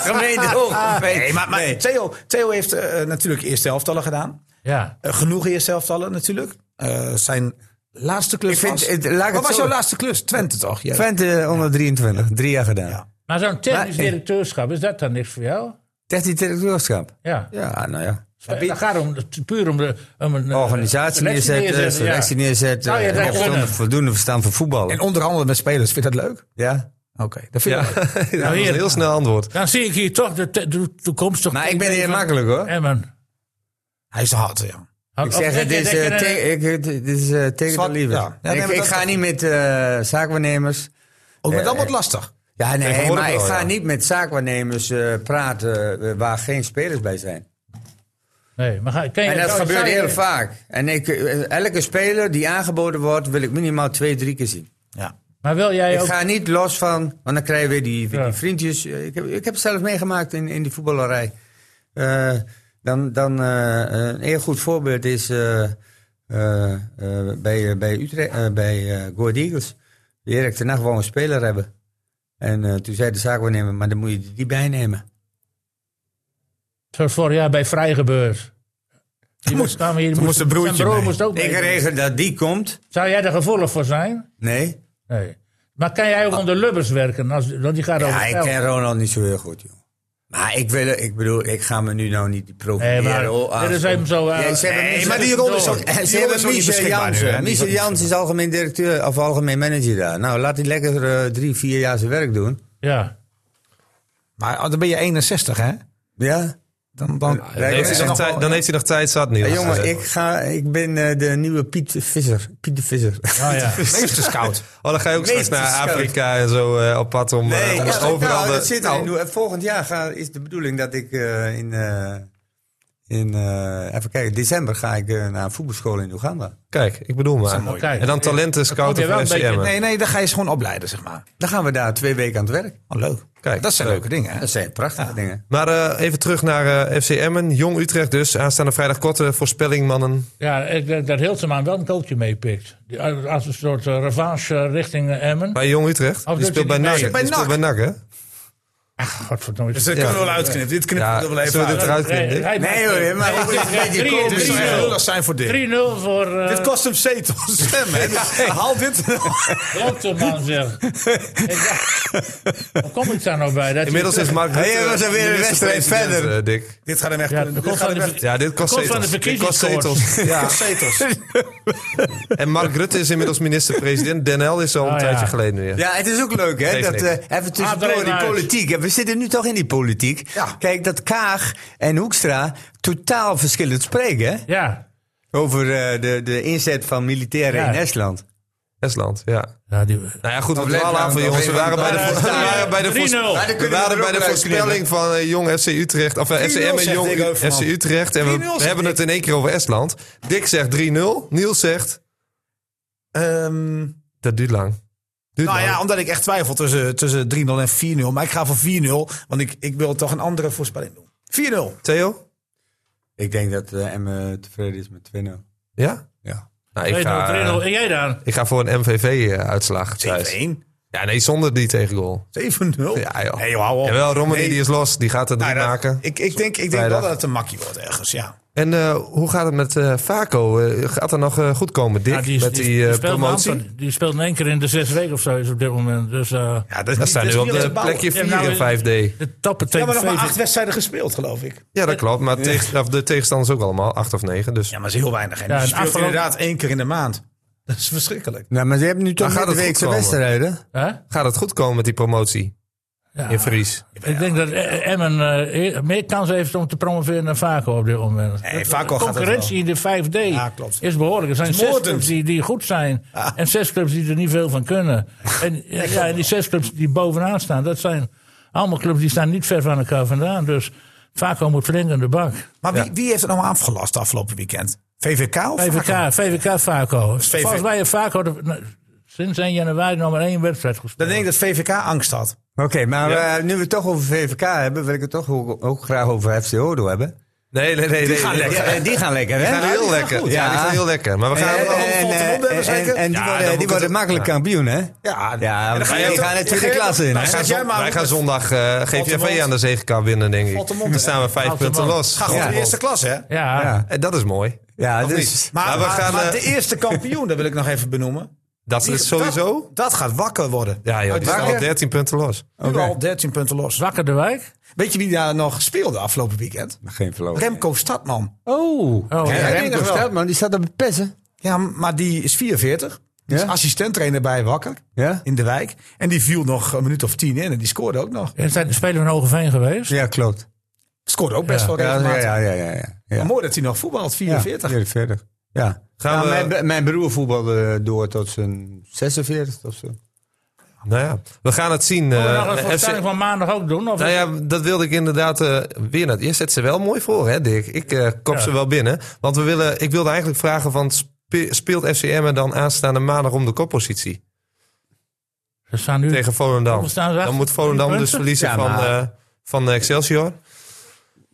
S5: Gemeente Hogeveen.
S3: Oh, ah. Nee, maar, maar
S5: Nee.
S3: Theo, Theo heeft eh, natuurlijk eerste helftallen gedaan.
S2: Ja.
S3: Eh, genoeg eerste helftallen natuurlijk. Eh, zijn laatste klus
S5: Ik vind-
S3: was...
S5: het- laat ik het
S3: Wat was
S5: zo-
S3: jouw laatste klus? Twente toch? Ja.
S5: Twente onder 23, drie jaar gedaan.
S3: Ja.
S2: Maar zo'n technisch
S5: Maar-
S2: directeurschap, is dat dan niks voor jou?
S5: Technisch directeurschap.
S2: Ja.
S5: Ja, nou ja.
S2: Het gaat om, puur om de. Om een, eh,
S5: Organisatie
S2: selectie
S5: neerzet, eh,
S2: ja.
S5: selectie neerzet.
S3: Nou,
S2: Zou je
S5: eh,
S2: dat
S5: en
S2: kunnen?
S5: voldoende- Voldoende verstand van voetbal.
S3: En onderhandelen met spelers, vind je dat leuk?
S5: Ja.
S3: Oké, dat vind ik leuk.
S1: Dat was een heel snel antwoord.
S2: Dan zie ik hier toch de, te- de toekomstige.
S5: Maar ik ben hier makkelijk hoor.
S2: Emmen.
S3: Hij is hard, ja.
S5: Ik zeg, het is, eh, te- ik- het- het is eh, tegen
S3: Zwart-
S5: de liefde.
S3: ja. Ja, nee,
S5: ik
S3: maar
S5: ik
S3: dat-
S5: ga niet met eh, zaakwaarnemers.
S3: Ook met
S5: Eh,
S3: dat wordt lastig.
S5: Ja, nee,
S1: Tegenwoordig
S5: maar ik
S1: wel,
S5: ga
S1: ja.
S5: niet met zaakwaarnemers eh, praten eh, waar geen spelers bij zijn.
S2: Nee, maar ga, ken je
S5: En dat
S2: zou-
S5: gebeurt
S2: zou je-
S5: heel vaak. En ik, eh, elke speler die aangeboden wordt, wil ik minimaal twee, drie keer zien.
S3: Ja.
S2: Maar wil jij
S5: Ik
S2: ook.
S5: ga niet los van, want dan krijg je weer die, weer
S2: Ja.
S5: die vriendjes. Eh, Ik heb, ik heb het zelf meegemaakt in, in die voetballerij. Eh, dan, dan, eh, een heel goed voorbeeld is eh, eh, eh, bij, eh, bij, Utrecht, eh, bij eh, Go Ahead Eagles. Erik ten Nacht wou een speler hebben. En eh, toen zei de zaakwaarnemer, maar dan moet je die bijnemen.
S2: Zoals vorig jaar bij Vrij gebeurd. Die moest, kwamen hier, moest,
S3: een broertje
S2: zijn broer
S3: mee.
S2: moest ook
S5: Ik
S2: mee.
S5: regel dat die komt.
S2: Zou jij er gevoelig voor zijn?
S5: Nee.
S2: Nee. Maar kan jij ook onder Lubbers werken? Als, want die gaat over
S5: Ja, ik eh,
S2: geld.
S5: ken Ronald niet zo heel goed, joh. Maar ik, wil, ik bedoel, ik ga me nu nou niet
S2: Nee,
S5: profileren.
S2: maar
S5: hoor,
S2: dit is
S5: aan-
S2: even zo... eh,
S5: Ja, ze hebben Michel-
S3: maar die rol is
S2: door.
S3: ook-
S5: En
S3: Die
S5: ze
S3: jongen
S5: hebben
S3: is ook niet
S5: Michel
S3: beschikbaar nu, hè? Die
S5: Jansen.
S3: is ook
S5: Michel
S3: niet
S5: Jansen is algemeen directeur of algemeen manager daar. Nou, laat hij lekker eh, drie, vier jaar zijn werk doen.
S2: Ja.
S3: Maar oh, dan ben je 61, hè?
S5: Ja?
S3: Dan, dan,
S1: Dan heeft hij
S3: dan
S1: nog
S3: nog
S1: tijd-
S3: wel-
S1: Dan heeft hij nog tijd zat, Niels.
S5: Ja, jongen, ik, ga, ik ben eh, de nieuwe Piet Visser. Piet de Visser.
S2: Ah, ja.
S3: Meesterscout.
S1: Oh, dan ga je ook straks
S5: Meest
S1: naar
S5: geschoten.
S1: Afrika en zo eh, op pad om, eh, om
S5: ja,
S1: overal...
S5: nou,
S1: de-
S5: dat zit
S1: Nou,
S5: erin. Eh, Volgend jaar ga, is de bedoeling dat ik eh, in, eh, in eh, even kijken, december ga ik eh, naar een voetbalschool in Oeganda.
S1: Kijk, ik bedoel maar.
S2: mooi. Kijk.
S1: En dan talenten scouten
S2: kom je wel
S1: van
S2: een beetje-
S1: FCM.
S3: Nee, nee, dan ga je ze gewoon opleiden, zeg maar.
S5: Dan gaan we daar twee weken aan het werk.
S3: Oh, leuk.
S1: Kijk,
S3: dat zijn
S1: leuk.
S3: leuke dingen, hè?
S5: Dat zijn prachtige dingen.
S1: Maar eh, even terug naar eh FC Emmen. Jong Utrecht dus. Aanstaande vrijdag korte voorspelling, mannen.
S2: ja, ik denk dat Hilteman wel een koeltje meepikt. Die- Als een soort eh, revanche eh, richting eh, Emmen.
S1: Bij Jong Utrecht.
S2: doet
S1: Die speelt bij
S2: hij niet
S1: NAC.
S2: mee?
S1: Die speelt bij NAC, hè?
S2: Godverdomme.
S7: Dus dat kunnen we wel uitknippen. Dit knippen we er wel even
S1: Zullen we dit
S7: uit.
S1: eruit
S2: Hij-
S1: vinden?
S2: hij
S5: Nee
S2: maakt-
S5: hoor, maar het is een beetje
S2: Drie-
S5: komisch.
S2: drie-
S3: Dus
S2: nul.
S3: dat zijn voor Dick.
S2: 3-0 voor
S7: Dit
S2: eh
S7: kost hem zetels. Stem, hè? Haal dit.
S2: Hilteman, zeg. Ik dacht, Waar kom ik daar nou bij? Dat hij-
S1: Inmiddels is Mark Rutte...
S5: Hij was alweer een
S1: minister-president,
S5: wedstrijd verder.
S1: eh, Dick.
S7: Dit gaat hem echt...
S2: Ja,
S7: dit
S2: dat komt
S7: gaat
S2: van
S7: hem
S2: de
S7: echt-
S2: ver-
S1: Ja, dit kost
S2: Komt van
S1: zetels.
S2: de
S1: Dit kost
S2: verkiezingskoorts.
S1: zetels. Ja.
S7: Zetels.
S1: En Mark Rutte is inmiddels minister-president. Den L is al een
S2: Ah, ja.
S1: tijdje geleden weer.
S5: Ja, het is ook leuk, hè?
S1: Geeft
S5: Dat,
S1: niks.
S5: eh, even tussendoor
S2: Adriaan
S5: die
S2: Huis.
S5: politiek. En We zitten nu toch in die politiek.
S3: Ja.
S5: Kijk, dat Kaag en Hoekstra totaal verschillend spreken, hè?
S2: Ja.
S5: Over eh, de, de inzet van militairen
S2: Ja.
S5: in Estland.
S1: Estland, ja.
S2: ja die,
S1: Nou ja, goed, we
S5: Nog
S1: dwalen
S5: even
S1: af,
S5: aan,
S1: jongens. We
S5: nog
S1: waren bij
S5: even
S1: de,
S5: aan.
S1: we waren bij de, voors-
S2: 3-0.
S1: we
S5: kunnen Oh, we
S1: waren
S5: er
S1: bij
S5: ook
S1: de voorspelling van eh, jong FC Utrecht. Of eh, FC
S3: 3-0
S1: Emmen,
S3: zegt
S1: jong
S3: Dick Heuvelman.
S1: FC Utrecht. En
S3: 3-0
S1: we,
S3: zegt
S1: we hebben
S3: Dick.
S1: het in één keer over Estland. Dick zegt 3-0. Niels zegt...
S3: Ehm,
S1: Dat duurt lang. Duurt
S3: nou
S1: lang.
S3: ja, omdat ik echt twijfel tussen, tussen 3-0 en 4-0. Maar ik ga voor 4-0, want ik, ik wil toch een andere voorspelling doen. 4-0.
S1: Theo?
S5: Ik denk dat eh Emme tevreden is met 2-0.
S1: Ja?
S5: Ja.
S1: Nou, ik,
S2: 2-0,
S1: ga,
S2: 3-0. En jij dan?
S1: ik ga voor een eh, MVV-uitslag thuis.
S3: 7-1.
S1: Ja, nee, zonder die tegengoal.
S3: 7-0.
S1: Ja, joh.
S3: Nee, joh, hou op.
S1: Jawel, Romani
S3: Nee.
S1: die is los. Die gaat er drie
S3: Nou, dat-
S1: maken.
S3: Ik, ik denk, ik denk
S1: Vrijdag.
S3: wel dat het een makkie wordt ergens, ja.
S1: En eh, hoe gaat het met eh Vaco? Eh, gaat er nog eh, goed komen, Dick?
S2: Ja, die, is-
S1: met die,
S2: die, die
S1: eh,
S2: speelt
S1: promotie?
S2: maar amper- die speelt in één keer in de zes weken of zo is op dit moment. Dus eh
S3: ja
S1: Dat staan nu op de plekje 4
S2: Ja, nou,
S1: in 5D.
S2: de toppen
S7: Ja,
S2: tegen
S7: maar nog maar
S2: VV
S7: acht wedstrijden gespeeld, geloof ik.
S1: Ja, dat klopt. Maar tegen- of de tegenstanders ook allemaal. 8 of 9. Dus.
S3: Ja, maar dat is heel weinig. En
S2: Ja,
S3: die
S2: en
S3: speelt
S2: afgelopen-
S3: inderdaad één keer in de maand. Dat is verschrikkelijk.
S5: Nou, maar ze hebben nu
S1: Dan
S5: toch
S1: gaat
S5: gaat de
S1: het
S5: weekse
S1: goed komen.
S5: wedstrijden.
S2: Hè?
S1: Gaat het goed komen met die promotie
S2: Ja.
S1: in Fries?
S2: Ik denk dat eh, Emmen eh, meer kans heeft om te promoveren dan Vaco op dit moment.
S3: Nee,
S2: De-
S3: Vaco
S2: de
S3: gaat het
S2: concurrentie in de 5D
S3: Ja, klopt.
S2: is behoorlijk. Er zijn zes
S3: moordend.
S2: clubs die, die goed zijn en zes clubs die er niet veel van kunnen. En, ja, en die zes clubs die bovenaan staan, dat zijn Allemaal clubs die staan niet ver van elkaar vandaan. Dus Vaco moet flink aan de bak.
S3: Maar wie, wie heeft het nou afgelast afgelopen weekend? VVK of Vaco?
S2: VVK, VVK Vaco. Volgens mij heeft Vaco de- nou, sinds 1 januari nog maar één wedstrijd
S3: Dan
S2: gespeeld.
S3: denk ik dat VVK angst had.
S5: Oké, maar eh, nu we het toch over VVK hebben, wil ik het toch ook, ook graag over FC Odo hebben.
S1: Nee, nee, nee. nee,
S5: Ja,
S1: nee.
S5: eh, die gaan lekker, hè?
S1: Die gaan heel lekker. Ja, die gaan heel lekker. Maar we gaan
S5: En,
S1: allemaal vol
S5: en,
S1: te
S5: eh,
S1: mond hebben,
S5: en-
S1: zeker?
S5: en die
S1: Ja, dan
S5: worden, die
S1: moet het-
S5: worden makkelijk kampioen, hè?
S3: Ja,
S5: Ja,
S3: dan ga je
S5: die
S3: toch-
S5: gaan de
S3: dan
S5: tweede
S3: ga je-
S5: klasse in,
S3: dan
S5: hè?
S1: Wij
S3: zet
S1: gaan,
S3: jij maar
S1: wij
S3: op-
S1: gaan zondag eh
S3: mond.
S1: GVV aan de ZGK winnen, denk ik.
S3: Valt de mond,
S1: Dan
S3: hè?
S1: staan we vijf
S2: Valt de
S1: punten
S2: mond.
S1: los.
S3: Ga gewoon
S5: Ja.
S3: de eerste klasse, hè?
S2: Ja,
S5: Ja.
S1: En dat is mooi.
S5: Ja,
S1: Of
S5: dus...
S1: niet?
S3: Maar,
S1: Maar we
S3: maar-
S1: gaan,
S3: maar
S1: eh,
S3: de eerste kampioen, dat wil ik nog even benoemen.
S1: Dat
S3: Die-
S1: is sowieso.
S3: Dat, dat gaat wakker worden.
S1: Ja, joh,
S3: Uit
S1: die
S3: de
S1: staan
S3: wakker.
S1: al 13 punten los.
S3: Nu al 13 punten los.
S2: Wakker de Wijk.
S3: Weet je wie daar nog speelde afgelopen weekend?
S5: Geen verloop.
S3: Remco Stadman.
S5: Oh,
S2: Oh,
S3: Ja,
S2: ja.
S3: ik denk nog
S5: Remco
S3: wel.
S5: Steltman, die staat op het pessen.
S3: Ja, maar die is 44. Die is
S5: Ja?
S3: assistenttrainer bij Wakker
S5: Ja?
S3: in de wijk. En die viel nog een minuut of tien in en die scoorde ook nog.
S2: Is dat de speler van Hogeveen geweest?
S5: Ja, klopt.
S3: Scoorde ook best
S2: Ja.
S3: wel
S5: Ja,
S3: regelmatig.
S5: ja, ja, ja. ja,
S3: Maar
S5: ja.
S3: mooi dat hij nog voetbalt, 44.
S5: Ja, 44. Ja.
S1: Gaan
S5: Ja,
S1: we-
S5: mijn, mijn broer voetbalde door tot zijn 46 of zo.
S1: Nou ja, we gaan het zien. eh,
S2: Moeten we nog een
S1: FC
S2: voorspelling nou van maandag ook doen? Of
S1: Nou ja, dat wilde ik inderdaad eh, weer naar. Je zet ze wel mooi voor, hè, Dick? Ik eh, kop
S2: Ja.
S1: ze wel binnen. Want we willen, ik wilde eigenlijk vragen: van, spe- speelt FCM dan aanstaande maandag om de koppositie
S2: Ze staan nu
S1: tegen Volendam?
S2: Hoeveel staan ze achter?
S1: Dan moet Volendam dus
S2: Punten?
S1: verliezen
S5: Ja,
S1: van,
S5: maar-
S1: eh, van eh, Excelsior.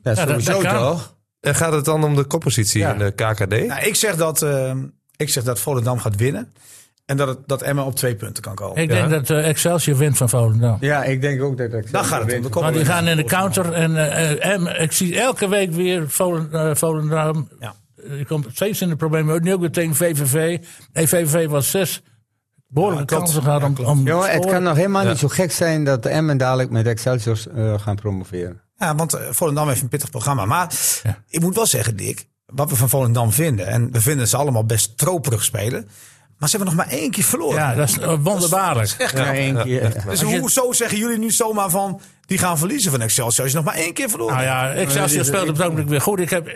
S5: Ja,
S2: dat-
S5: sowieso
S2: dat kan.
S5: toch?
S1: En gaat het dan om de koppositie
S2: Ja.
S1: in de KKD?
S3: Nou, ik, zeg dat, eh, ik zeg dat Volendam gaat winnen. En dat, het, dat Emma op twee punten kan komen.
S2: Ik denk dat eh, Excelsior wint van Volendam.
S5: Ja, ik denk ook dat ik.
S3: Dan gaat het om de kop.
S5: Nou,
S2: Want die gaan in de counter en eh, eh, em- ik zie elke week weer Volen- eh, Volendam.
S3: Ja.
S2: Eh, Je komt steeds in de problemen. Nu ook weer tegen VVV. Nee, VVV was zes behoorlijke kansen gehad om, om
S5: Jongen, het
S2: scoren.
S5: kan nog helemaal niet zo gek zijn dat Emmen dadelijk met Excelsior eh, gaan promoveren.
S3: Ja, want eh, Volendam heeft een pittig programma. Maar ik moet wel zeggen, Dick, wat we van Volendam vinden. En we vinden ze allemaal best troperig spelen. Maar ze hebben nog maar één keer verloren.
S2: Ja, dat is eh, wonderbaarlijk.
S3: Echt
S5: Ja,
S3: knap.
S5: één keer.
S3: Dus hoezo zeggen jullie nu zomaar van... die gaan verliezen van Excelsior als je nog maar één keer verloren
S2: Nou
S3: hebt?
S2: ja, Excelsior speelt op het ogenblik weer goed. Ik, heb,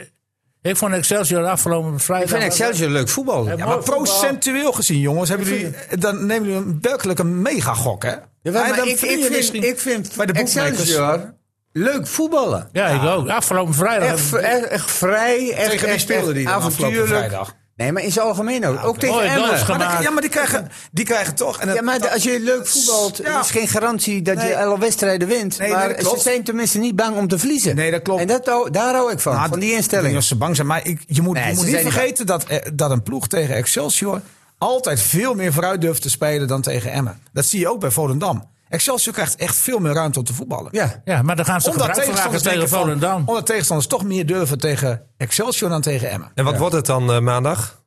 S2: ik vond Excelsior afgelopen vrijdag...
S5: Ik vind Excelsior leuk voetbal.
S2: Ja,
S3: Ja, maar
S2: Mooi voetbal.
S3: procentueel gezien, jongens, hebben jullie, dan nemen jullie een, werkelijk een megagok, hè? En dan
S5: ik,
S3: verliezen
S5: ik, vind,
S3: misschien-
S5: ik vind
S3: bij de boekmakers.
S5: Excelsior leuk voetballen.
S2: Ja, ik ook. Afgelopen vrijdag...
S5: Echt, v- echt, echt vrij, echt,
S3: Tegen wie
S5: echt,
S3: speelden
S5: echt
S3: die dan afgelopen
S5: avontuurlijk.
S3: vrijdag?
S5: Nee, maar in zijn algemeen ook. ook tegen
S2: Mooi goals
S5: Emmen.
S2: gemaakt.
S3: Maar dan- ja, maar die krijgen, die krijgen toch... En dat-
S5: Ja, maar de- als je leuk voetbalt,
S3: Ja.
S5: is geen garantie dat
S3: Nee.
S5: je alle wedstrijden wint.
S3: Nee, nee,
S5: maar
S3: dat
S5: ze
S3: klopt.
S5: zijn tenminste niet bang om te verliezen.
S3: Nee, dat klopt.
S5: En dat, hou- daar hou ik van,
S3: Nou,
S5: van die
S3: ik
S5: instelling.
S3: denk dat ze bang zijn. Maar ik, je moet,
S5: Nee,
S3: je
S5: ze
S3: moet niet
S5: zijn niet
S3: vergeten dat, eh, dat een ploeg tegen Excelsior altijd veel meer vooruit durft te spelen dan tegen Emmen. Dat zie je ook bij Volendam. Excelsior krijgt echt veel meer ruimte om te voetballen.
S5: Ja.
S2: Ja, maar dan gaan ze
S3: Omdat
S2: gebruik van maken
S3: tegenstanders,
S2: tegen
S3: denken van-
S2: Volendam.
S3: omdat tegenstanders toch meer durven tegen Excelsior dan tegen Emmen.
S1: En wat wordt het dan eh, maandag?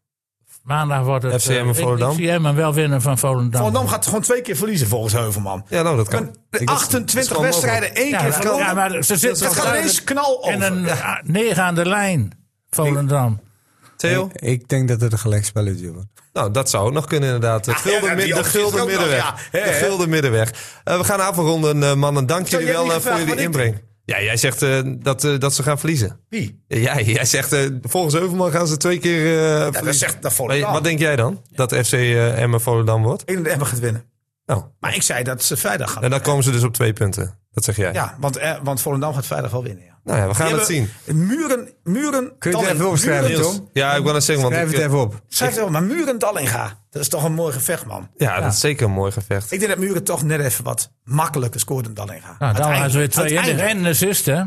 S2: Maandag wordt het...
S1: FCM en
S2: eh, ik-
S1: Volendam.
S2: Ik, zie Emmen wel winnen van Volendam.
S3: Volendam gaat gewoon twee keer verliezen volgens Heuvelman.
S1: Ja, nou, dat kan.
S3: Een-
S1: Ik denk dat- dat is
S3: 28
S1: gewoon
S3: wedstrijden, één
S2: ja,
S3: keer
S2: maar,
S3: verloren.
S2: ja, maar ze
S3: het
S2: zitten
S3: gaat ineens knal
S2: in
S3: over.
S2: een ah, negen aan de lijn, Volendam.
S1: mogelijk. Theo?
S5: Ik denk dat het een gelijkspelletje wordt.
S1: Nou, dat zou ook nog kunnen inderdaad. Het gulden
S3: ja,
S1: mid-
S3: die
S1: de
S3: optie is
S1: gulden
S3: ook nog,
S1: middenweg.
S3: ja. Hè,
S1: de
S3: hè?
S1: gulden middenweg. Eh, we gaan afronden, eh, mannen. Dank jullie
S3: jij
S1: wel
S3: niet
S1: eh, voor
S3: gevraagd
S1: jullie
S3: wat ik
S1: inbreng. Ja, jij zegt eh, dat, eh, dat ze gaan verliezen.
S3: Wie?
S1: Ja, jij zegt eh, volgens Heuvelman gaan ze twee keer eh, verliezen.
S3: dat zegt dat
S1: Maar
S3: Volendam.
S1: wat denk jij dan? Dat FC eh Emmen Volendam wordt?
S3: Ik denk dat Emmen gaat winnen.
S1: Nou,
S3: Maar ik zei dat ze vrijdag gaan
S1: en dan komen ze dus op twee punten. Dat zeg jij.
S3: Ja, want, eh, want Volendam gaat vrijdag wel winnen. Ja.
S1: Nou ja, we gaan
S3: Die
S1: het zien.
S3: hebben Muren, muren.
S5: Kun je het
S3: Dalling-
S5: even opschrijven,
S3: Muren-
S5: Tom?
S1: Ja, ik wil dat zeggen. Want
S5: Schrijf
S1: ik, eh,
S5: het even op.
S3: Schrijf het wel, maar Muren Dallinga. Dat is toch een mooi gevecht, man.
S1: ja, dat is zeker een mooi gevecht.
S3: Ik denk dat Muren toch net even wat makkelijker scoort dan Dallinga.
S2: Nou, dan
S3: Uiteindelijk-
S2: waren ze weer twee in
S3: uiteindelijk.
S2: en een assist, hè?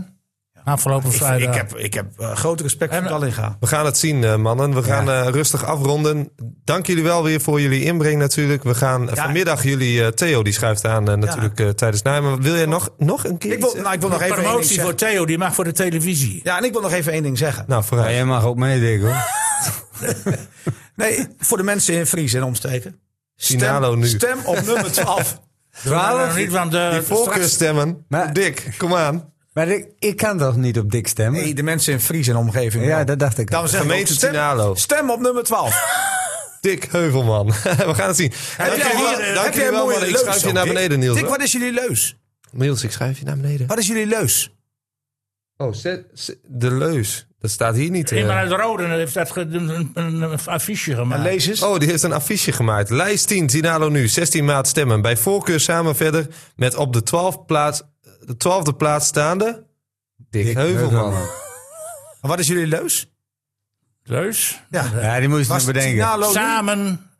S2: Afgelopen
S3: Ik,
S2: vrijdag.
S3: ik heb, ik heb eh, groot respect voor
S2: En-
S3: Dallinga.
S1: We gaan het zien, eh, mannen. We gaan eh, rustig afronden. Dank jullie wel weer voor jullie inbreng natuurlijk. We gaan eh,
S3: Ja.
S1: vanmiddag jullie... eh, Theo, die schuift aan eh, natuurlijk eh, tijdens Nijmen. Wil jij nog, nog een keer
S3: Ik
S1: iets eh? zeggen?
S3: wil, nou, ik wil nog even één ding
S2: Promotie voor
S3: zeggen.
S2: Theo, die mag voor de televisie.
S3: Ja, en ik wil nog even één ding zeggen.
S1: Nou, vooruit.
S5: jij mag ook meedenken hoor.
S3: Nee, voor de mensen in Fries en omstreken.
S1: Sinalo nu.
S3: stem op nummer 12.
S2: Maar nog niet, want eh,
S1: Die
S3: dus
S1: voorkeurstemmen.
S5: Maar-
S1: Dick, kom aan.
S5: Maar ik, ik kan toch niet op dik stemmen?
S3: Nee, de mensen in Fries en omgeving.
S5: ja,
S3: wel.
S5: dat dacht ik. al.
S3: Daarom zeg ik ook,
S1: Gemeente
S3: stem-
S1: Tinalo.
S3: Stem op nummer 12.
S1: Dick Heuvelman. We gaan het zien. Dank
S3: jij
S1: jullie-
S3: een-
S1: dank jullie
S3: heb jij
S1: wel,
S3: een mooie
S1: mannen. Ik
S3: leus
S1: schuif je
S3: ook,
S1: naar
S3: Dick?
S1: beneden, Niels.
S3: Dick,
S1: hoor.
S3: wat is jullie leus?
S1: Niels, ik schuif je naar beneden.
S3: Wat is jullie leus?
S1: Oh, zet- zet- de leus. Dat staat hier niet. eh.
S2: iemand uit Roden heeft dat ge- een, een, een affiche gemaakt.
S3: Lees eens.
S1: Oh, die heeft een affiche gemaakt. Lijst 10, Tinalo nu, 16 maart stemmen. Bij voorkeur samen verder met op de 12 plaats de twaalfde plaats staande.
S5: Dick,
S1: Heuvelman.
S3: Maar wat is jullie leus?
S2: Leus.
S5: Ja, die moest je nog bedenken.
S3: Sinalo-
S2: Samen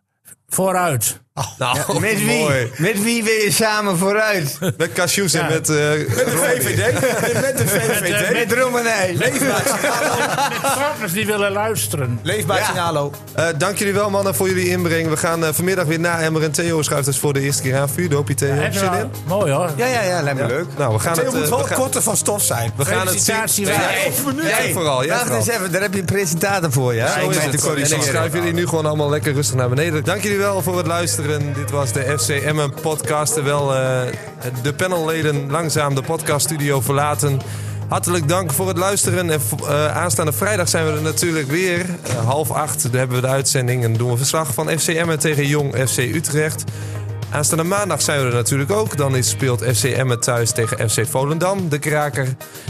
S2: vooruit.
S1: Nou,
S5: Met wie?
S1: mooi.
S5: Met wie wil je samen vooruit?
S1: Met Cashews en met... eh,
S3: Met de VVD. Met de VVD.
S5: Met Roemenij.
S3: Leefbaar Sinalo.
S2: Partners die willen luisteren.
S3: Leefbaar Sinalo.
S1: Eh, dank jullie wel, mannen, voor jullie inbreng. We gaan eh, vanmiddag weer na Emmer en Theo schuift dus voor de eerste keer aan. Vuur, dopje Theo.
S2: Heb je
S1: Zin
S2: wel-
S1: in?
S2: Mooi hoor.
S3: Ja, ja, ja. Lijkt me leuk.
S1: Nou, we gaan
S3: Theo
S1: het... eh,
S3: moet wel
S1: we gaan-
S3: korter van stof zijn.
S1: we gaan het zien.
S2: Felicitatie.
S1: Ja,
S2: wij.
S1: Jij vooral, jij
S5: Wacht
S1: vooral.
S5: eens even, daar heb je een presentator voor, ja?
S1: Zo
S5: Om
S1: is het.
S5: mij te
S1: En ik
S5: corrigeren.
S1: schuif jullie nu gewoon allemaal lekker rustig naar beneden. Dank jullie wel voor het luisteren. Dit was de FC Emmen podcast. Terwijl eh, de panelleden langzaam de podcaststudio verlaten. Hartelijk dank voor het luisteren. En eh, aanstaande vrijdag zijn we er natuurlijk weer. Eh, half acht daar hebben we de uitzending en doen we verslag van FC Emmen tegen Jong FC Utrecht. Aanstaande maandag zijn we er natuurlijk ook. Dan is, speelt FC Emmen thuis tegen FC Volendam, de kraker.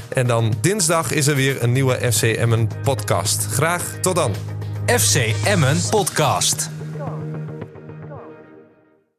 S1: En dan dinsdag is er weer een nieuwe FC Emmen podcast. Graag tot dan.
S4: FC Emmen Podcast.